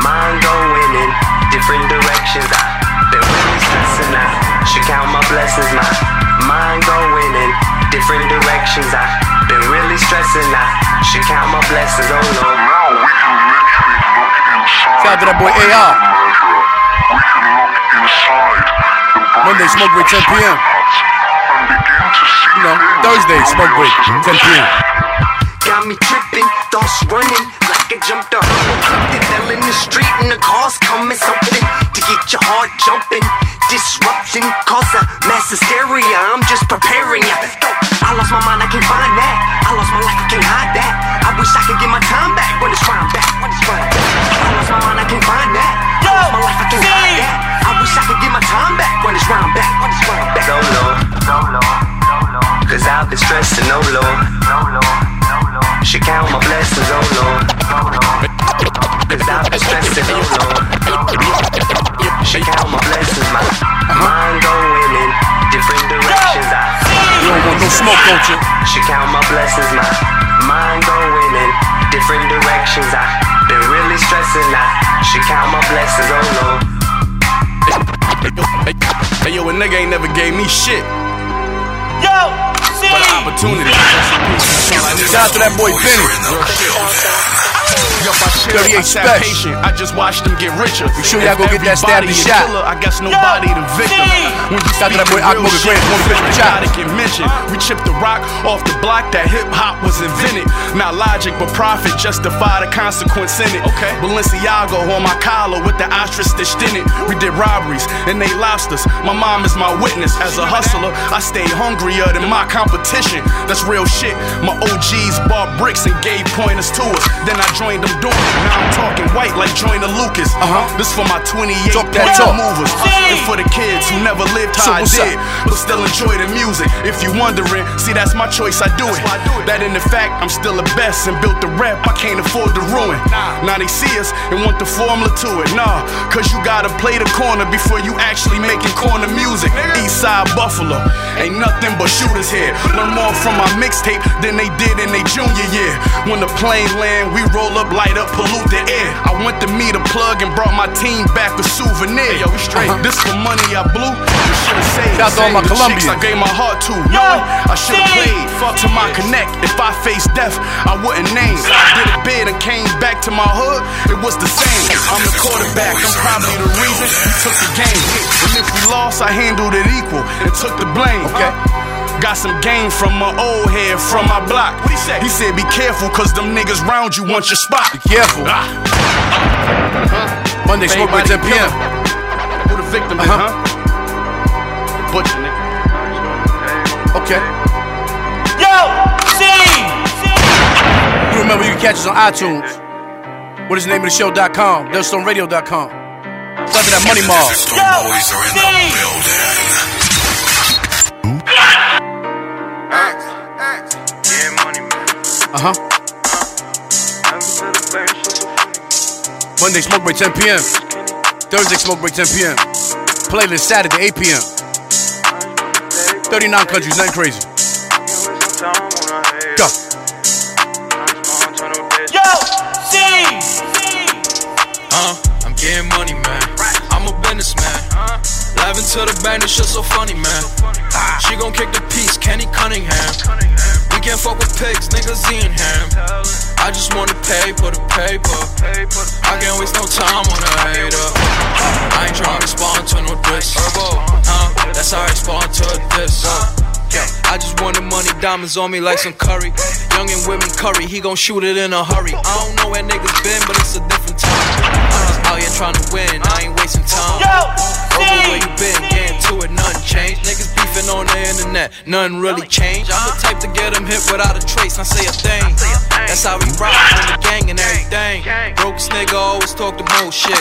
L: Mind going in different directions. I've been really stressing. I should count my blessings. My mind going in different directions. I've been really stressing. I should count my blessings. Oh Lord.
E: Shout out to that boy AR. Monday smoke break 10 p.m. You know, Thursday smoke break 10 p.m.
N: Got me tripping, thoughts running like I jumped a hurdle. Clipped it, fell in the street and the cars coming something to get your heart jumping. Disruption cause a mass hysteria. I'm just preparing ya. Go. I lost my mind, I can't find that. I lost my life, I can't hide that. I wish I could get my time back when it's round back. When it's round back. I lost my mind, I can't find that. I lost my life, I can't hide that. I wish I could get my time back when it's round back. When it's round back.
L: No Lord, no Lord, no Lord. Cause I've been stressing. No Lord, no Lord, no Lord. Should count my blessings. Oh Lord, no Lord. Cause I've been stressing. No Lord, no Lord. Should count my blessings. My mind going in different directions. I don't want no smoke, don't you? She count my blessings, my mind going in different directions. I been really stressing, I she count my blessings, oh Lord.
O: Hey yo, a nigga ain't never gave me shit. Yo, see. But an opportunity. Shout out to that boy Benny. 38 salvation. I just watched them get richer.
E: Make sure y'all go get that stabby
O: Everybody a
E: shot.
O: killer, I guess nobody the victim. When you
E: Shout out to that boy
O: speak
E: Akbar
O: real
E: the Great,
O: shit,
E: one fish with chops.
O: gotta get mentioned. We chipped the rock off the block that hip hop was invented. Not logic, but profit justify the consequence in it. Okay. Balenciaga on my collar with the ostrich stitched in it. We did robberies and they lobsters. My mom is my witness. As a hustler, I stay hungrier than my competition. That's real shit. My OGs bought bricks and gave pointers to us. Then I joined them doing. it. Now I'm talking white like Joyner Lucas. Uh-huh. This for my 28
E: that
O: point
E: talk.
O: movers. And for the kids who never lived
E: So
O: how I
E: what's up?
O: did, but still enjoy the music. If you wondering, see that's my choice. I do it. That in the fact, I'm still the best and built the rep. I can't afford to ruin. Now they see us and want the formula to it. Nah, cause you gotta play the corner before you actually making corner music. Eastside Buffalo, ain't nothing but shooters here. Learn more from my mixtape than they did in their junior year. When the plane land, we roll up, light up, pollute the air. I went to meet a plug and brought my team back a souvenir. yo, we straight. This for money I blew. You should've saved.
E: Shout out to all my
O: The
E: Colombians.
O: chicks I gave my heart to. Yo, I should've played. Fuck to my connect. If I faced death, I wouldn't name. I did a bid and came back to my hood. It was the same. I'm the quarterback. I'm probably the reason we took the game. And if we lost, I handled it equal and took the blame. Okay. Got some game from my old head from my block. What he said? He said, be careful, cause them niggas round you want your spot. Ah. Be careful.
E: Monday, smoke by 10 p.m.
O: Who the victim
M: Uh-huh.
O: is, huh? Butcher nigga.
E: Okay. Yo, see. You remember you can catch us on iTunes. What is the name of the show.com? DustOnRadio.com. Stop that money mall. Uh huh. Monday smoke break 10 p.m. Thursday smoke break 10 p.m. Playlist Saturday 8 p.m. 39 countries, nothing crazy. Go.
F: Yo, see.
P: Uh, I'm getting money, man. I'm a businessman. Live into the bank, this shit so funny, man. She gon' kick the piece, Kenny Cunningham. We can't fuck with pigs, niggas eating ham. I just want to pay for the paper. I can't waste no time on a hater. I ain't tryna respond to no diss. Uh, that's how I respond to a diss. Yeah, I just wanted money, diamonds on me like some curry. Young and women curry, he gon' shoot it in a hurry. I don't know where niggas been, but it's a different time. I'm just out here tryna win, I ain't wasting time. Over where you been, getting to it, nothing changed. Niggas beefing on the internet, nothing really changed. I'm the type to get 'em hit without a trace, not say a thing. That's how we rock on the gang and everything. Broke nigga always talk the most shit.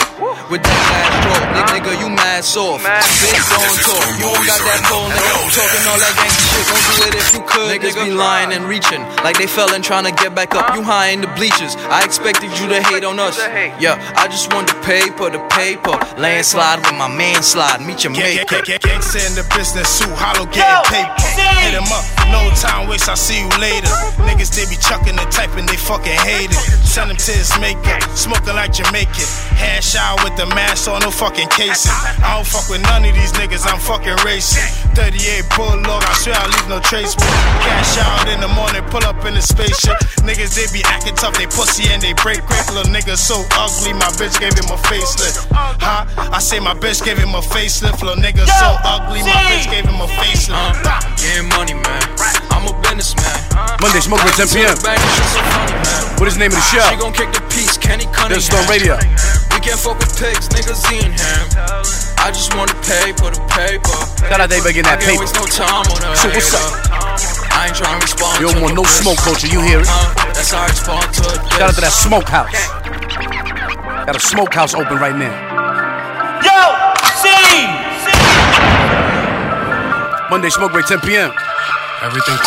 P: With that last draw, big nigga, you mad soft. Bitch on talk, you don't got that phone, nigga. Talking all that gang shit, don't do it if you could. Niggas be lying and reaching, like they fell and trying to get back up. You high in the bleachers, I expected you to hate on us. Yeah, I just want the paper, the paper. Landslide with my man slide, meet your
Q: Yeah,
P: maker.
Q: yeah, yeah, Gangsta in the business suit, hollow gang paper. Hit 'em up, no time waste, I'll see you later. Niggas, they be chucking and typing, they fucking hate it. Send 'em to his maker, smoking like Jamaican. Hash out with the mask on, no fucking cases. I don't fuck with none of these niggas, I'm fucking racist. 38 Bulldog, I swear I leave no trace. But cash out in the morning, pull up in the spaceship. Niggas, they be acting tough, they pussy and they break quick. Little nigga so ugly, my bitch gave him a facelift. Huh? I say my bitch gave him a facelift. Little nigga so ugly, my bitch gave him a facelift.
P: I'm getting money, man. I'm a businessman.
E: Monday smoke break 10 p.m. What is the name of the show?
P: She gon' kick the piece, Kenny Cunningham.
E: This is on radio.
P: We can't fuck with pigs, niggas eating ham. I just want to pay for the paper.
E: Shout out to everybody getting that
P: I can't
E: paper.
P: waste no time on a
E: So what's
P: hater. I ain't tryna respond
E: You
P: to
E: don't want no
P: diss.
E: smoke, culture, you hear it?
P: Uh, that's how I respond to a diss.
E: Shout out to that smokehouse. Got a smokehouse open right now.
F: Yo, see.
E: Monday smoke break 10 p.m. Everything.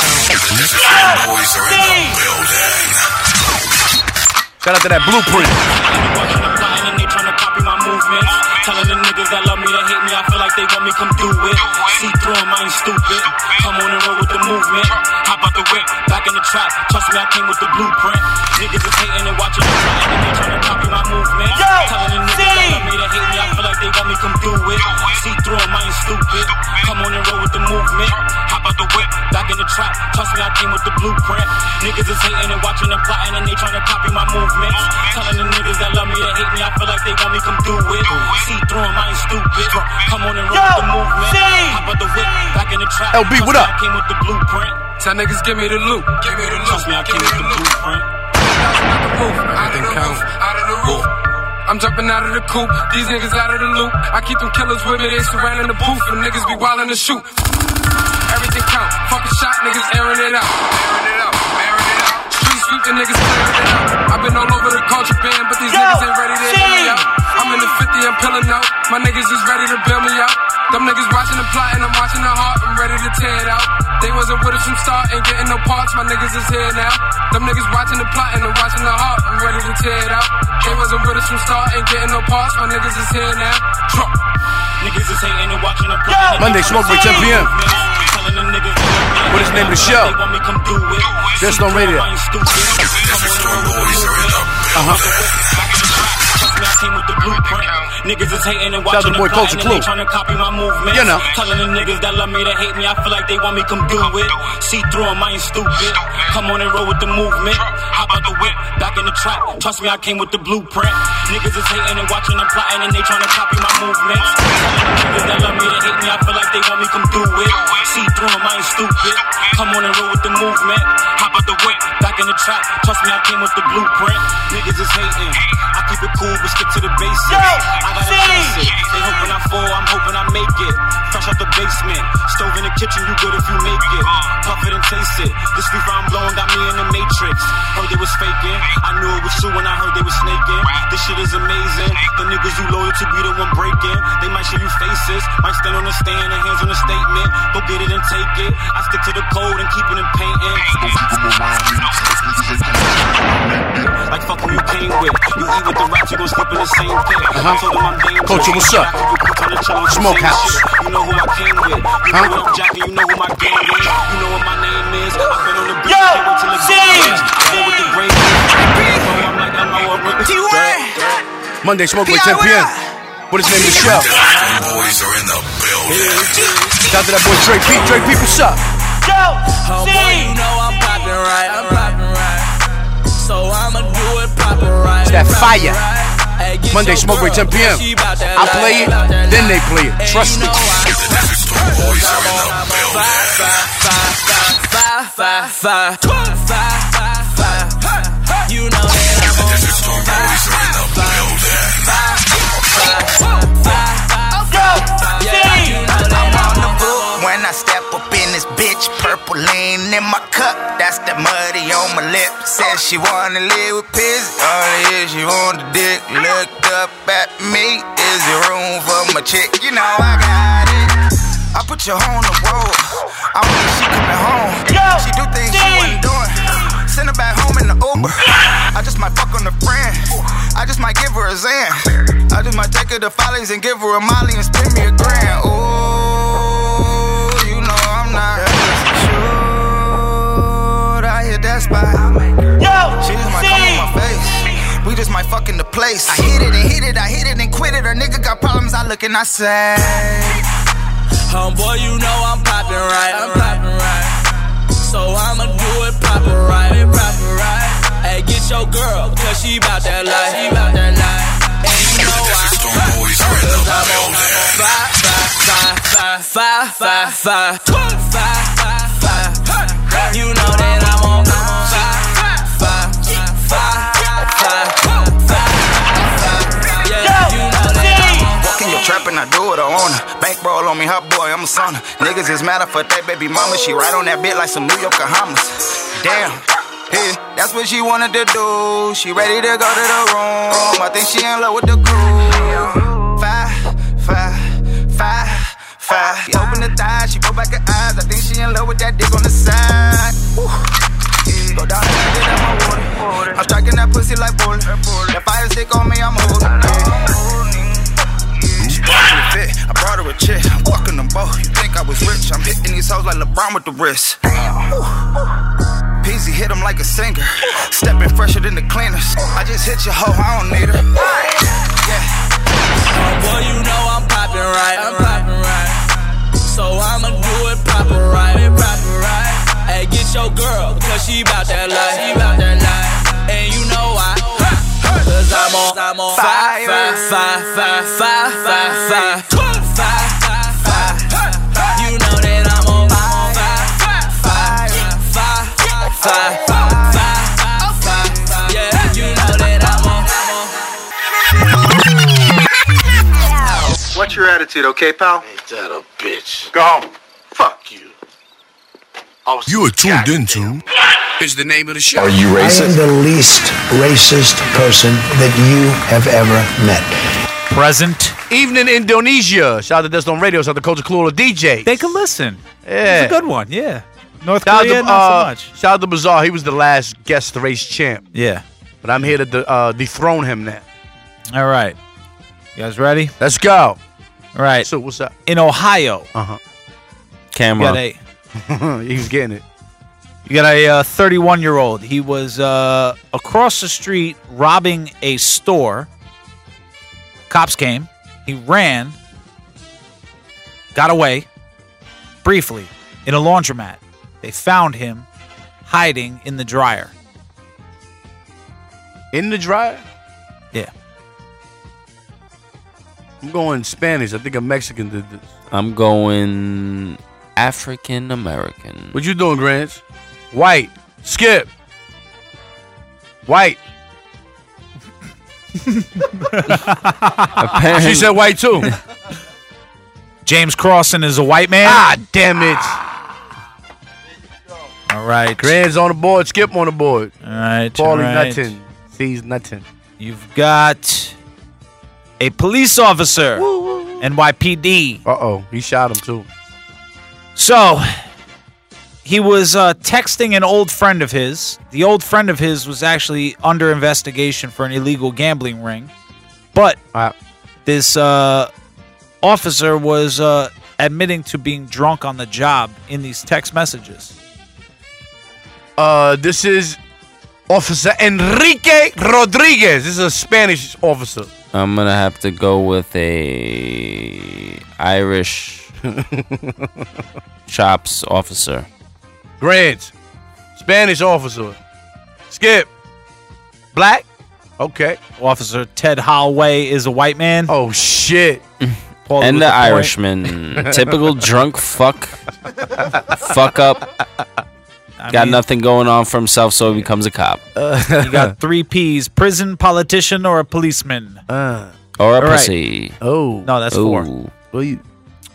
E: Shout out to that blueprint.
F: They tryna copy my movements.
R: Telling the niggas that love me, that hate me, I feel like they want me come do it. See through 'em, I ain't stupid. Come on and roll with the movement. Hop out the whip, back in the trap. Trust me, I came with the blueprint. Niggas is hating and watching me try, and they trying to copy my movement. Telling the niggas that love me, that hate me, I feel like they want me come do it. See through 'em, I ain't stupid. Come on and roll with the movement. Hop out the whip, back in the trap. Trust me, I came with the blueprint. Niggas is hating and watching and plotting, and they trying to copy my movements. Telling the niggas that love me, that hate me, I feel like they want me come do it. See through 'em, I ain't stupid. Come on and roll with the movement. Hop out the whip, back in the trap.
E: LB, what
R: Trust me,
E: up?
R: I came with the blueprint. Tell niggas give me the loot. Give me the loot. Trust me, I came with the blueprint.
S: Out of the roof, out of the roof. I'm jumping out of the coop, these niggas out of the loop. I keep them killers with me, they surrounding the booth, and niggas be wildin' to shoot. Everything count, fuck a shot, niggas airing it out. Airing it out, airing it out. Street sweep, the niggas clearing it out. I've been all over the culture band, but these niggas ain't ready to hear me out. I'm in the 50, I'm pillin' out. My niggas is ready to bail me out. Them niggas watching the plot, and I'm watching the heart, I'm ready to tear it out. They wasn't with us from start, ain't getting no parts, my niggas is here now. Them niggas watching the plot, and I'm watching the heart, I'm ready to tear it out. They wasn't with us from start, ain't getting no parts, my niggas is here now. Trump.
R: Niggas is hating and watching the
E: Monday, Smoke Break, 10 p.m. What is the name of the show? Just on radio. Uh-huh.
R: Niggas is hating and
E: Shout out to
R: watching
E: the boy
R: and plotting, and they
E: Culture Clue.
R: trying to copy my movement.
E: You know.
R: Telling the niggas that love me, that hate me, I feel like they want me come do it. See through 'em, I ain't stupid. Come on and roll with the movement. Hop out the whip, back in the trap. Trust me, I came with the blueprint. Niggas is hating and watching and plotting, and they trying to copy my movements. Telling the niggas that love me, that hate me, I feel like they want me come do it. See through 'em, I ain't stupid. Come on and roll with the movement. Hop out the whip, back in the trap. Trust me, I came with the blueprint. Niggas is hating. I keep it cool, but stick to the basics. I got a classic. They hoping I fall, I'm hoping I make it. Fresh out the basement, stove in the kitchen, you good if you make it. Puff it and taste it. This reefer I'm blowing got me in the matrix. Heard they was faking, I knew it was true when I heard they was snaking. This shit is amazing. The niggas you loyal to be the one breaking. They might show you faces, might stand on the stand and hands on the statement. Go get it and take it. I stick to the code and keep it in painting. Like fuck who you came with. You eat with the rats, you gon' sleep in the same thing. I told them I'm dangerous.
E: Culture, what's up? Smokehouse.
R: You know who I came with. You know what I'm jacking. You know who my gang is. You know what my name is. I've been on the beat. Yo, wait till it's I'm with the brain. I'm like I'm all with the
E: Monday, Smoke Break, 10 p.m. What is the name of the show?
T: Boys are in the building.
E: Shout out to that boy Drake P. Drake P, what's up?
F: Yo, oh, boy, you know I'm popping right, I'm popping right. So I'ma do it popping right.
E: It's that fire.
F: Hey, get
E: Monday,
F: your
E: Smoke Break,
F: girl.
E: 10 p.m.
F: She 'bout that
E: I
F: life,
E: play it,
F: bout that
E: then they
F: life.
E: play it.
F: Hey,
E: Trust me.
F: you know I-
U: When I step up in this bitch, purple lean in my cup. That's the muddy on my lip. Says she wanna live with piss. All it is, she want the dick. Looked up at me. Is there room for my chick? You know I got it. I put your hoe on the road. I want she coming home. She do things she wasn't doing. Send her back home in the Uber. I just might fuck on a friend. I just might give her a Zan. I just might take her to Follies and give her a Molly and spend me a grand. Ooh, you know I'm not sure. I hit that spot. Yo, she just might come on my face. We just might fuck in the place. I hit it and hit it, I hit it and quit it. A nigga got problems. I look and I say.
F: Homeboy, you know I'm poppin' right, I'm poppin' right. So I'ma do it proper right, proper right. Hey, get your girl, cause she bout that life, she bout that life. And you know why. Cause I'm on my five, five, five, five, five, five, five, twelve, five, five, five. You know that I'm on my five, five, five, five, five, twelve, five, five. Yeah, you know that I'm on
U: Walk in your trap and I do it I own her. Bankroll on me, her boy, I'm a son. Niggas is mad for that baby mama. She right on that bit like some New York Bahamas. Damn. Yeah, that's what she wanted to do. She ready to go to the room. I think she in love with the crew. Five, five, five, five. She open the thigh, she pull back her eyes. I think she in love with that dick on the side. Ooh. Yeah, Go down and I get out my water. I'm striking that pussy like bowling. That fire stick on me, I'm holding. Yeah. fit. I brought her a chick. I'm walking them both. You think I was rich? I'm hitting these hoes like LeBron with the wrist. Peasy hit him like a singer. Stepping fresher than the cleaners. I just hit your hoe, I don't need her.
V: Boy, you know I'm poppin' right. I'm poppin' right. So I'ma do it proper right. It proper right. Hey, get your girl, cause she bout that life. She bout that life. And you know why. Cause I'm on, I'm on fire. Fire, fire, fire, fire, fire, fire. Fire, fire, fire. You know that I'm on fire. Fire, fire, fire, fire, fire, fire. Yeah, you know that I'm on.
W: What's your attitude, okay, pal? Ain't that a bitch? Go home. Fuck you.
O: You are tuned into.
E: Is the name of the show?
F: I am the least racist person that you have ever met.
E: Present. Evening Indonesia. Shout out to Destin Radio. Shout out to Culture Clue, all the DJ. They can listen. Yeah.
D: It's a good one. Yeah.
E: North
D: Korea, not so much.
E: uh, Shout out to Bazaar. He was the last guest race champ.
D: Yeah.
E: But I'm here to de- uh, dethrone him now.
D: All right. You guys ready?
E: Let's go.
D: All right.
E: So what's up?
D: In Ohio.
E: Uh-huh.
D: Got
B: Camera.
D: a,
E: [laughs] he was getting it.
D: you got a 31 year old. He was uh, across the street robbing a store. Cops came. He ran. Got away. Briefly in a laundromat. They found him hiding in the dryer.
E: In the dryer?
D: Yeah.
E: I'm going Spanish. I think a Mexican did this.
B: I'm going African American.
E: What you doing, Grants? White. Skip. White.
D: She said
E: white too.
D: [laughs] James Crossan is a white man.
E: Ah, damn it.
D: All right.
E: Grant's on the board. Skip on the board.
D: All right. all
E: Paulie
D: right.
E: nothing. Sees nothing.
D: You've got a police officer, NYPD.
E: Uh oh, he shot him too.
D: So he was uh, texting an old friend of his. The old friend of his was actually under investigation for an illegal gambling ring, but
E: Ah.
D: this uh, officer was uh, admitting to being drunk on the job in these text messages.
E: Uh, this is Officer Enrique Rodriguez. This is a Spanish officer.
B: I'm gonna have to go with a
D: [laughs]
B: Irish chops officer.
E: Grant, Spanish officer. Skip, black. Okay.
D: Officer Ted Holloway is a white man. [laughs]
E: Oh shit!
D: Paulie
B: and
D: with
B: the
D: point.
B: Irishman.
D: [laughs]
B: Typical drunk fuck. fuck up. Got
D: mean-
B: nothing going on for himself, so he becomes a cop.
D: you got three P's: prison, politician, or a policeman.
B: Or a
D: All right.
B: pussy.
E: Uh, Oh
D: No, that's four.
B: Ooh.
E: Well, you-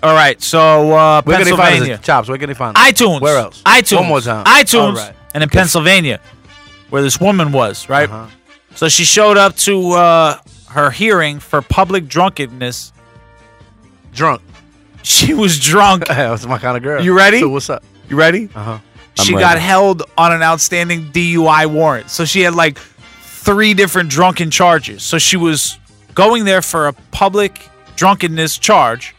D: All right, so uh,
E: Where can they find
D: Pennsylvania,
E: us? Chops. Where can they find us?
D: iTunes,
E: Where else?
D: iTunes,
E: One more time.
D: iTunes,
E: All right.
D: and in Pennsylvania, where this woman was right.
E: Uh-huh.
D: So she showed up to uh, her hearing for public drunkenness.
E: Drunk.
D: [laughs] She was drunk.
E: [laughs] That's my kind of girl.
D: You ready?
E: So what's up?
D: You ready?
E: Uh huh.
D: she
E: ready.
D: got held on an outstanding DUI warrant. So she had like three different drunken charges. So she was going there for a public drunkenness charge.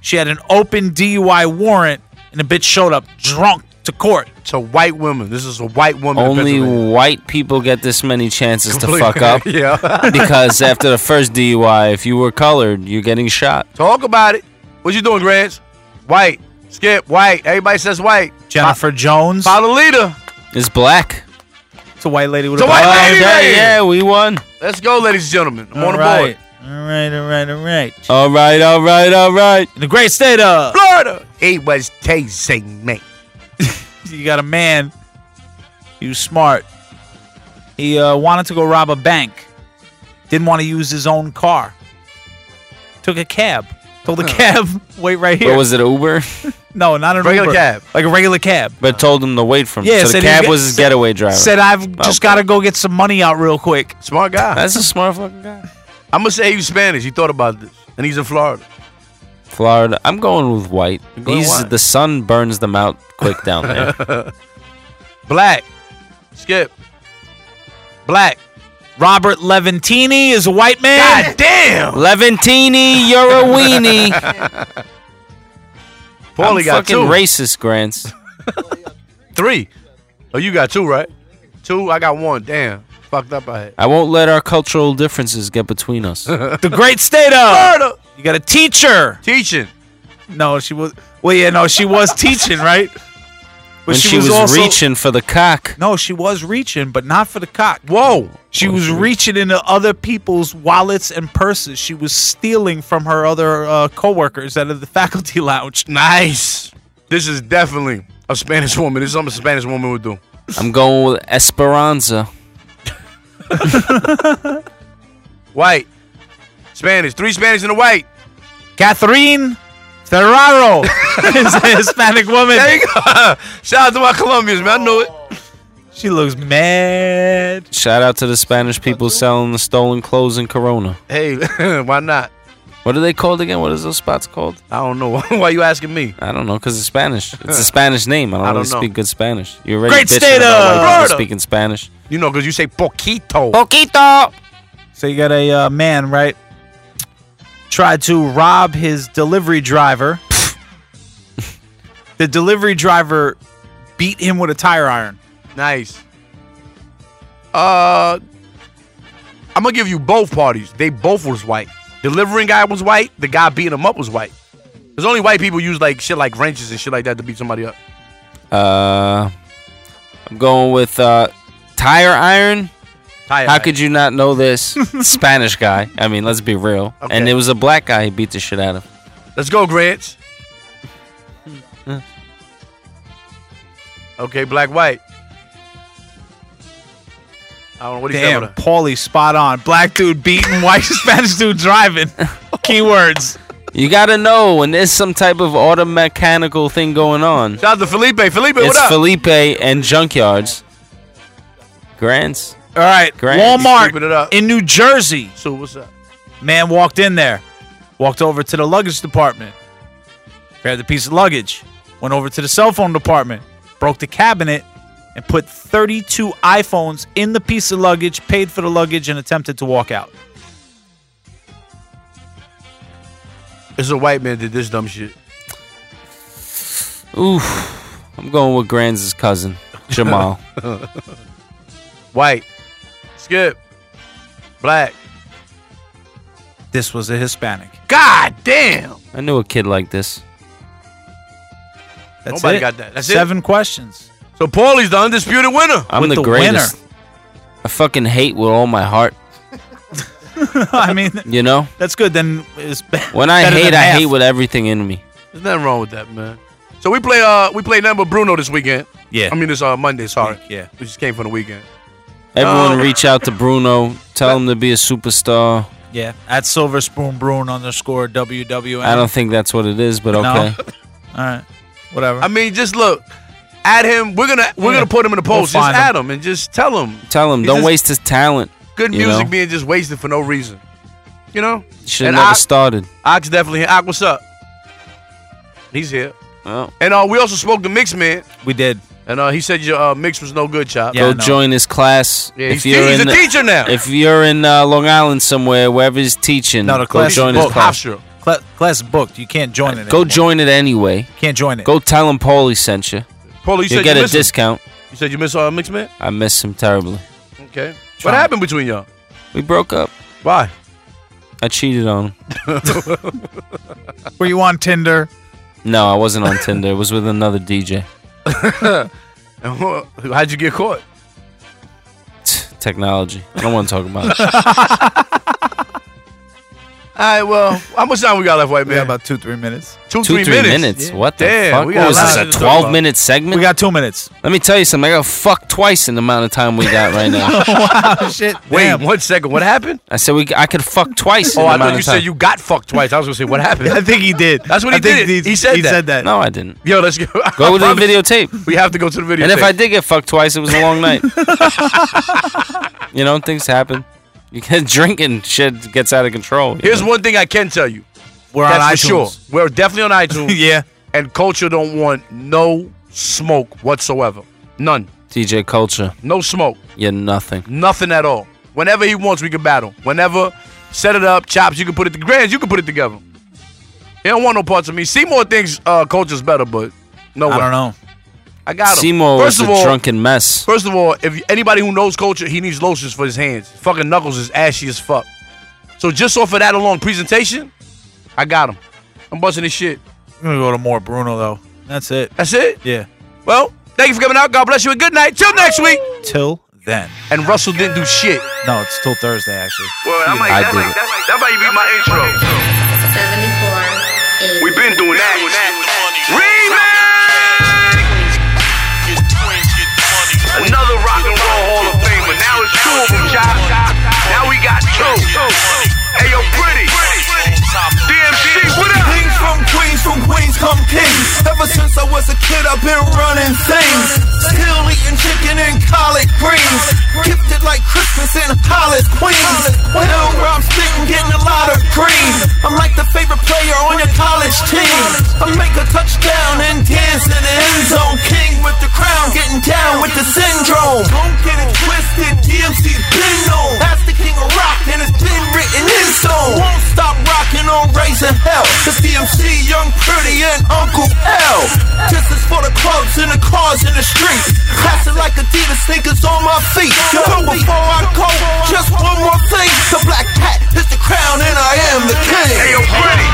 D: She had an open DUI warrant, and the bitch showed up drunk to court.
E: It's a white woman. This is a white woman. in
B: Only
E: Pennsylvania.
B: white people get this many chances to
E: Completely.
B: fuck up.
E: [laughs] Yeah.
B: [laughs] because after the first DUI, if you were colored, you're getting shot.
E: Talk about it. What you doing, Grants? White. Skip. White. Everybody says white.
D: Jennifer Jones.
E: Follow leader.
B: It's black.
D: It's a white lady with
E: It's a white
B: Oh,
E: lady.
B: okay,
E: right
B: yeah,
E: here.
B: we won.
E: Let's go, ladies and gentlemen. I'm on the board.
D: All right, all right, all right.
B: All right, all right, all right.
D: In the great state of
E: Florida. He was tasing me.
D: [laughs] you got a man. He was smart. He uh, wanted to go rob a bank. Didn't want to use his own car. Took a cab. Told the cab, [laughs] wait right here.
B: What was it, Uber?
D: No, not an
E: Regular
D: Uber.
E: cab.
D: Like a regular cab.
B: But told him to wait for him.
D: Yeah,
B: so the
D: said he
B: cab
D: got-
B: was his
D: said-
B: getaway driver.
D: Said I've just got to go get some money out real quick.
E: Smart guy.
B: That's a smart fucking guy.
E: I'm gonna say he was Spanish. He thought about this, and he's in Florida.
B: Florida. I'm going with white.
E: going
B: These
E: white.
B: the sun burns them out quick down
E: [laughs]
B: there.
E: Black. Skip. Black.
D: Robert Levantini is a white man.
E: God damn.
B: Levantini, you're a
D: [laughs]
B: weenie.
E: Paulie
B: I'm
E: got
B: fucking
E: two.
B: racist, Grants.
E: Three. Oh, you got two, right? Two. I got one. Damn. Fucked up. I had.
B: I won't let our cultural differences get between
E: [laughs]
B: us.
D: the great state of
E: Florida.
D: You got a teacher
E: teaching.
D: No, she was. Well, yeah, no, she
E: [laughs]
D: was teaching, right?
B: when she, was, reaching for the cock. Oh,
D: No, she was reaching, but not for the cock.
E: Whoa.
D: She was reaching into other people's wallets and purses. She was stealing from her other uh, coworkers out of the faculty [laughs] lounge.
E: Nice. This is definitely a Spanish woman. This is something a Spanish woman would do.
B: I'm going with Esperanza.
E: White. Spanish. Three Spanish and a white.
D: Catherine Ferraro [laughs] is a Hispanic woman.
E: There you go. [laughs] Shout out to my Colombians, man. I knew it.
D: She looks mad.
B: Shout out to the Spanish people selling the stolen clothes in Corona.
E: Hey, [laughs] why not?
B: What are they called again? What is those spots called?
E: I don't know. [laughs] Why you asking me?
B: I don't know because it's
E: [laughs]
B: Spanish. It's a Spanish name. I don't,
E: I
B: really
E: don't know.
B: speak good Spanish. You already
E: Great
B: bitching about
E: state of
B: white people
E: Florida.
B: speaking Spanish.
E: You know, because you say poquito.
B: Poquito.
D: So you got a uh, man, right? Tried to rob his
B: [laughs]
D: delivery driver. the delivery driver beat him with a tire iron.
E: Nice. Uh, I'm gonna give you both parties. They both was white. Delivering guy was white. The guy beating him up was white. There's only white people use like shit like wrenches and shit like that to beat somebody up.
B: Uh, I'm going with uh, tire iron.
E: Tire
B: How
E: iron.
B: could you not know
E: [laughs]
B: this Spanish guy? I mean, let's be real. And
E: Okay.
B: it was a black guy. He beat the shit out of.
E: Let's go, Grants.
B: Hmm.
E: Okay, black white. I don't know what he's
D: Damn, Paulie, spot on. Black dude beating, white [laughs]
E: [laughs]
D: Spanish dude driving. Keywords.
B: You gotta know when there's some type of auto mechanical thing going on.
E: Shout out to Felipe. Felipe, what
B: it's
E: up?
B: Felipe and Junkyards. Grants.
D: All right,
B: Great.
E: Keeping it up.
D: Walmart in New Jersey.
E: So what's up?
D: Man walked in there, walked over to the luggage department, grabbed a piece of luggage, went over to the cell phone department, broke the cabinet, and put 32 iPhones in the piece of luggage, paid for the luggage, and attempted to walk out.
E: It's a white man did this dumb shit.
B: Oof. I'm going with Grants' cousin, Jamal.
E: [laughs] White. Skip. Black.
D: [laughs] This was a Hispanic.
E: God damn.
B: I knew a kid like this.
D: That's
E: Nobody
D: it.
E: got that. That's it.
D: Seven questions.
E: So Paulie's the undisputed winner.
B: I'm
D: With
B: the,
D: the
B: greatest. I fucking hate with all my heart.
D: [laughs] I mean,
B: You know,
D: that's good. Then it's be-
B: when I
D: better
B: hate,
D: than
B: I
D: half.
B: hate with everything in me.
E: There's nothing wrong with that, man. So we play uh we play number Bruno this weekend.
D: Yeah.
E: I mean it's uh Monday, sorry.
D: Yeah.
E: We just came from the weekend. Uh,
B: Everyone
D: Oh.
B: reach out to Bruno. Tell him to be a superstar.
D: Yeah, at Silver Spoon Bruin underscore WWN.
B: I don't think that's what it is, but
D: No.
B: okay.
D: All right, whatever.
E: I mean, just look. Add him. We're gonna we're
D: Yeah.
E: gonna put him in the
D: We'll
E: post.
D: find
E: just
D: him.
E: add him and just tell him.
B: Tell him
E: He's
B: don't
E: just-
B: waste his talent.
E: Good
B: You
E: music
B: know?
E: being just wasted for no reason. You know?
B: Should have
E: And
B: never
E: I-
B: started.
E: Ox definitely here. Ox, what's up? He's here.
B: Oh.
E: And uh, we also spoke to Mix Man,
D: we did.
E: and uh, he said your uh, mix was no good, chop.
D: Yeah, I
B: Go
D: know.
B: join his class.
E: Yeah, he's, te- he's a
B: the-
E: teacher now.
B: If you're in uh, Long Island somewhere, wherever he's teaching,
D: No, the
B: go
D: class is
B: join his
E: Well,
B: class.
E: Oh, Hofstra.
D: Cla- class booked. You can't join it.
B: Go
D: anymore.
B: join it anyway.
D: Can't join it.
B: Go tell him Paulie sent you.
E: Paulie,
B: You'll
E: you said
B: get
E: you
B: a
E: miss him.
B: discount.
E: You said you miss uh, Mix Man.
B: I miss him terribly.
E: Okay. What happened
D: [laughs]
E: between y'all? [laughs]
B: We broke up.
E: Why?
B: I cheated on him.
D: Were you on Tinder?
B: No, I wasn't on Tinder. It was with another DJ.
E: And wh- How'd you get caught?
B: Technology. I don't want to talk about
D: [laughs]
B: it.
E: All right, well, how much time we got left, white
D: We got
E: man?
D: about two, three minutes.
E: two,
B: Two, three, minutes. What the
E: Damn,
B: fuck?
E: we
B: What
E: got
B: was
E: a lot
B: this,
E: of
B: a
E: shit to talk
B: 12
E: about.
B: minute segment?
D: We got two minutes.
B: Let me tell you something. I got fucked twice in the amount of time we got right
D: [laughs]
B: now.
D: Shit.
E: Wait,
D: damn.
E: one second. What happened?
B: I said we, I could fuck twice in
E: Oh,
B: the
E: I
B: amount
E: thought you
B: of time.
E: said you got fucked twice. I was gonna say,
D: [laughs]
E: what
D: I
E: happened?
D: think he did.
E: That's what he
D: I think
E: did. He said
D: he
E: that.
D: said that.
B: No, I didn't.
E: Yo, let's go. [laughs] I
B: Go to the
E: promise-
B: videotape.
E: We have to go to the video.
B: And if I did get fucked twice, it was a long
E: [laughs]
B: night. you know, things happen. You get [laughs] drinking, shit gets out of control. you
E: here's
B: know?
E: one thing I can tell you.
D: We're on
E: That's
D: iTunes.
E: for sure.
B: [laughs]
E: We're definitely on iTunes.
D: yeah.
E: And culture don't want no smoke whatsoever. None.
B: DJ Culture.
E: No smoke.
B: You're nothing.
E: Nothing at all. Whenever he wants, we can battle. Whenever, set it up, chops. You can put it to grands. You can put it together. He don't want no parts of me. Seymour thinks uh, culture's better, but no way.
D: I don't know.
E: I got him.
B: Seymour was
E: First of
B: a
E: all-
B: drunken mess.
E: First of all, if anybody who knows culture, he needs lotions for his hands. Fucking knuckles is ashy as fuck. So just off of that alone, presentation, I got him. I'm busting his shit.
D: I'm gonna go to more Bruno though. That's it.
E: That's it.
D: Yeah.
E: Well, thank you for coming out. God bless you and good night. Till next week.
D: Till then.
E: And Russell didn't do shit.
D: No, it's till Thursday actually.
M: Well, I might, that, might, that, that might be my intro. 74. We've been doing that. Remix! Another Rock and Roll Hall of Famer. Now it's two of them, Josh. Now we got two. Hey, yo, pretty. DMC, what up?
F: Kings from queens, from queens come kings. Ever since I was a kid, I've been running things. Still eating chicken and collard greens. Gifted like Christmas in Hollis, Queens. Well, where I'm sitting, getting a lot of green. I'm like the favorite player on your college team. I make a touchdown and dance in the end zone. King with the crown, getting down with the syndrome. Don't get it twisted, DMC's been known. That's the king of rock, and it's been written in stone. Won't stop rocking on raising hell. It's DMC, Young Pretty, and Uncle L. This is for the clubs and the cars in the street. Classic like Adidas sneakers on my feet. Yo, before I go, just one more thing. The black cat is the crown, and I am the king.
M: Hey, yo, Pretty.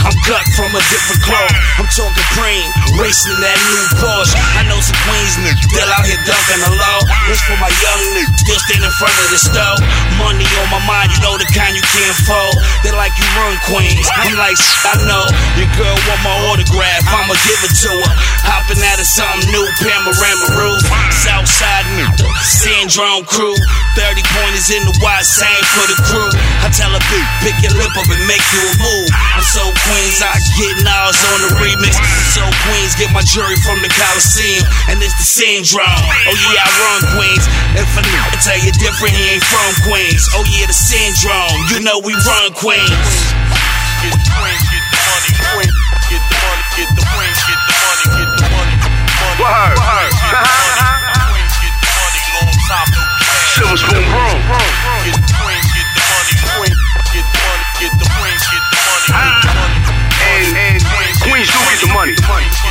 M: I'm cut from a different cloth. I'm talking cream, racing that new Porsche. I know some Queens niggas still out here dunking the law. This for my young niggas still stand in front of the store. Money on my mind, you know the kind you can't fold. They like you run Queens. I'm like, "Shh, I know your girl want my autograph. I'ma give it to her. Hopping out of something new, panorama roof. Southside nigga, syndrome crew. 30 pointers in the wide, same for the crew. I tell a beat, pick your lip up and make you a move. I'm so Queens, I get Nas on the remix. I'm so Queens, get my jury from the Coliseum. And it's the syndrome. Oh yeah, I run Queens. If I knew, I tell you different, he ain't from Queens. Oh yeah, the syndrome. You know we run Queens. Get the Queens, get the money, Queens, get the money, get the Queens, get the money, get the money, money. Word, word. Queens, get the money, long time no cash. Silver spoon, room. Get the Queens, get the money, Queens, get the money, get the Queens, get the money, get the money. And, and Queens do get the money.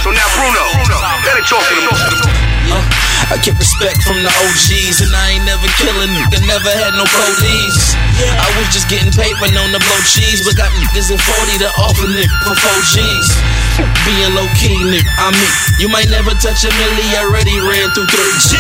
M: So now Bruno, let it talk to them.
H: Uh, I get respect from the OGs, and I ain't never killing them. I never had no police. I was just getting paper, known to blow cheese, but got niggas in 40 to offer nigga for 4 G's. Being low key, nigga, I mean, you might never touch a milli, already ran through 3 G.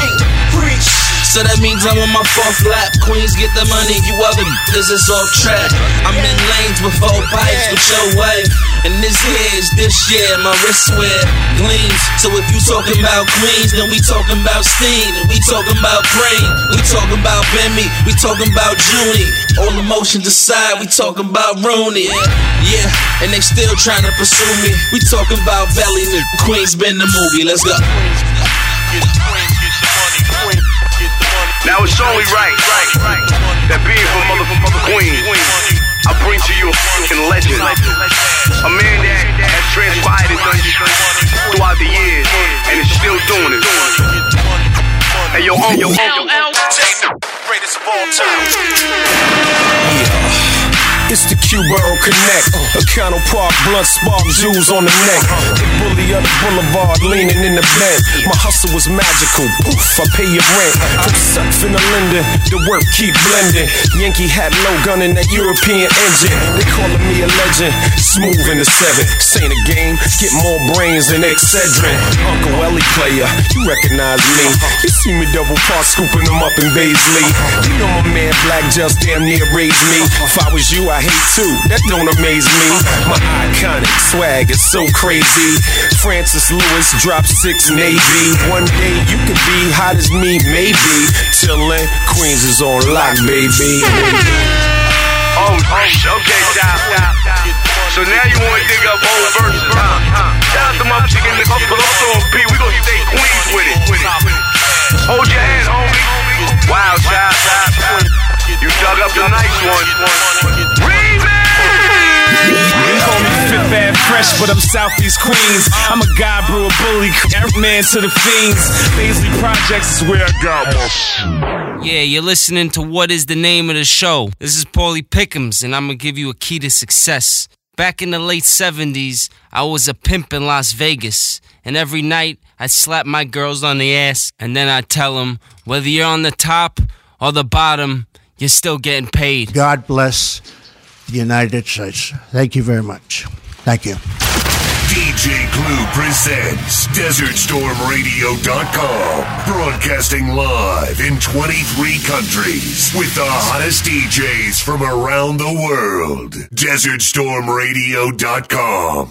H: Preach. So that means I'm on my fourth lap. Queens get the money, you other niggas is off track. I'm in lanes with four pipes with your wife, and this here is this year, my wrist wear gleams. So if you talking about queens, then we talking about Steen, and we talking about Green, we talking about Bimmy, we talking about Junie. All emotions aside, we talking about Rooney. Yeah, and they still trying to pursue me. We talking about Belly, the Queens been the movie. Let's go.
M: Now it's only right, that being from motherfucking Queens, I bring to you a fucking legend. A man that has transpired and done shit throughout the years and is still doing it. Hey, yo, uncle, yo, uncle.
O: Greatest of all time.
G: It's the Q World Connect. A
M: Uh-huh.
G: counter park, blunt spark, jewels on the neck. The bully of the boulevard, leaning in the bed. My hustle was magical. Poof, I pay your rent.
M: Uh-huh.
G: From something to lending, the work keep blending. Yankee hat, low gun in that European engine. They calling me a legend. Smooth in the seven. Saint a game, get more brains than Excedrin. Uncle Ellie player, you recognize me. You see me double park, scooping them up in Baisley. You know my man Black just damn near raised me. If I was you, I hate too. That don't amaze me. My iconic swag is so crazy. Francis Lewis dropped six Navy. One day you could be hot as me, maybe. Till then, Queens is on lock, baby.
M: Oh, oh, okay, stop, stop, stop. So now you want to dig up old verses, huh? huh. Shout out to my chicken niggas, but also on P. We gonna stay Queens with it. Hold your hand, homie. Wow, child, child. You dug up the nice one.
G: They call me Fifth Ave Fresh, but I'm Southeast Queens. I'm a guy, brewer, bully, every man to the fiends. Baisley Projects is where I got my shit.
B: Yeah, you're listening to What is the Name of the Show? This is Paulie Pickums, and I'm gonna give you a key to success. Back in the late 70s, I was a pimp in Las Vegas, and every night I'd slap my girls on the ass, and then I'd tell them whether you're on the top or the bottom, you're still getting paid.
E: God bless the United States. Thank you very much. Thank you.
T: DJ Clue presents DesertStormRadio.com. Broadcasting live in 23 countries with the hottest DJs from around the world. DesertStormRadio.com.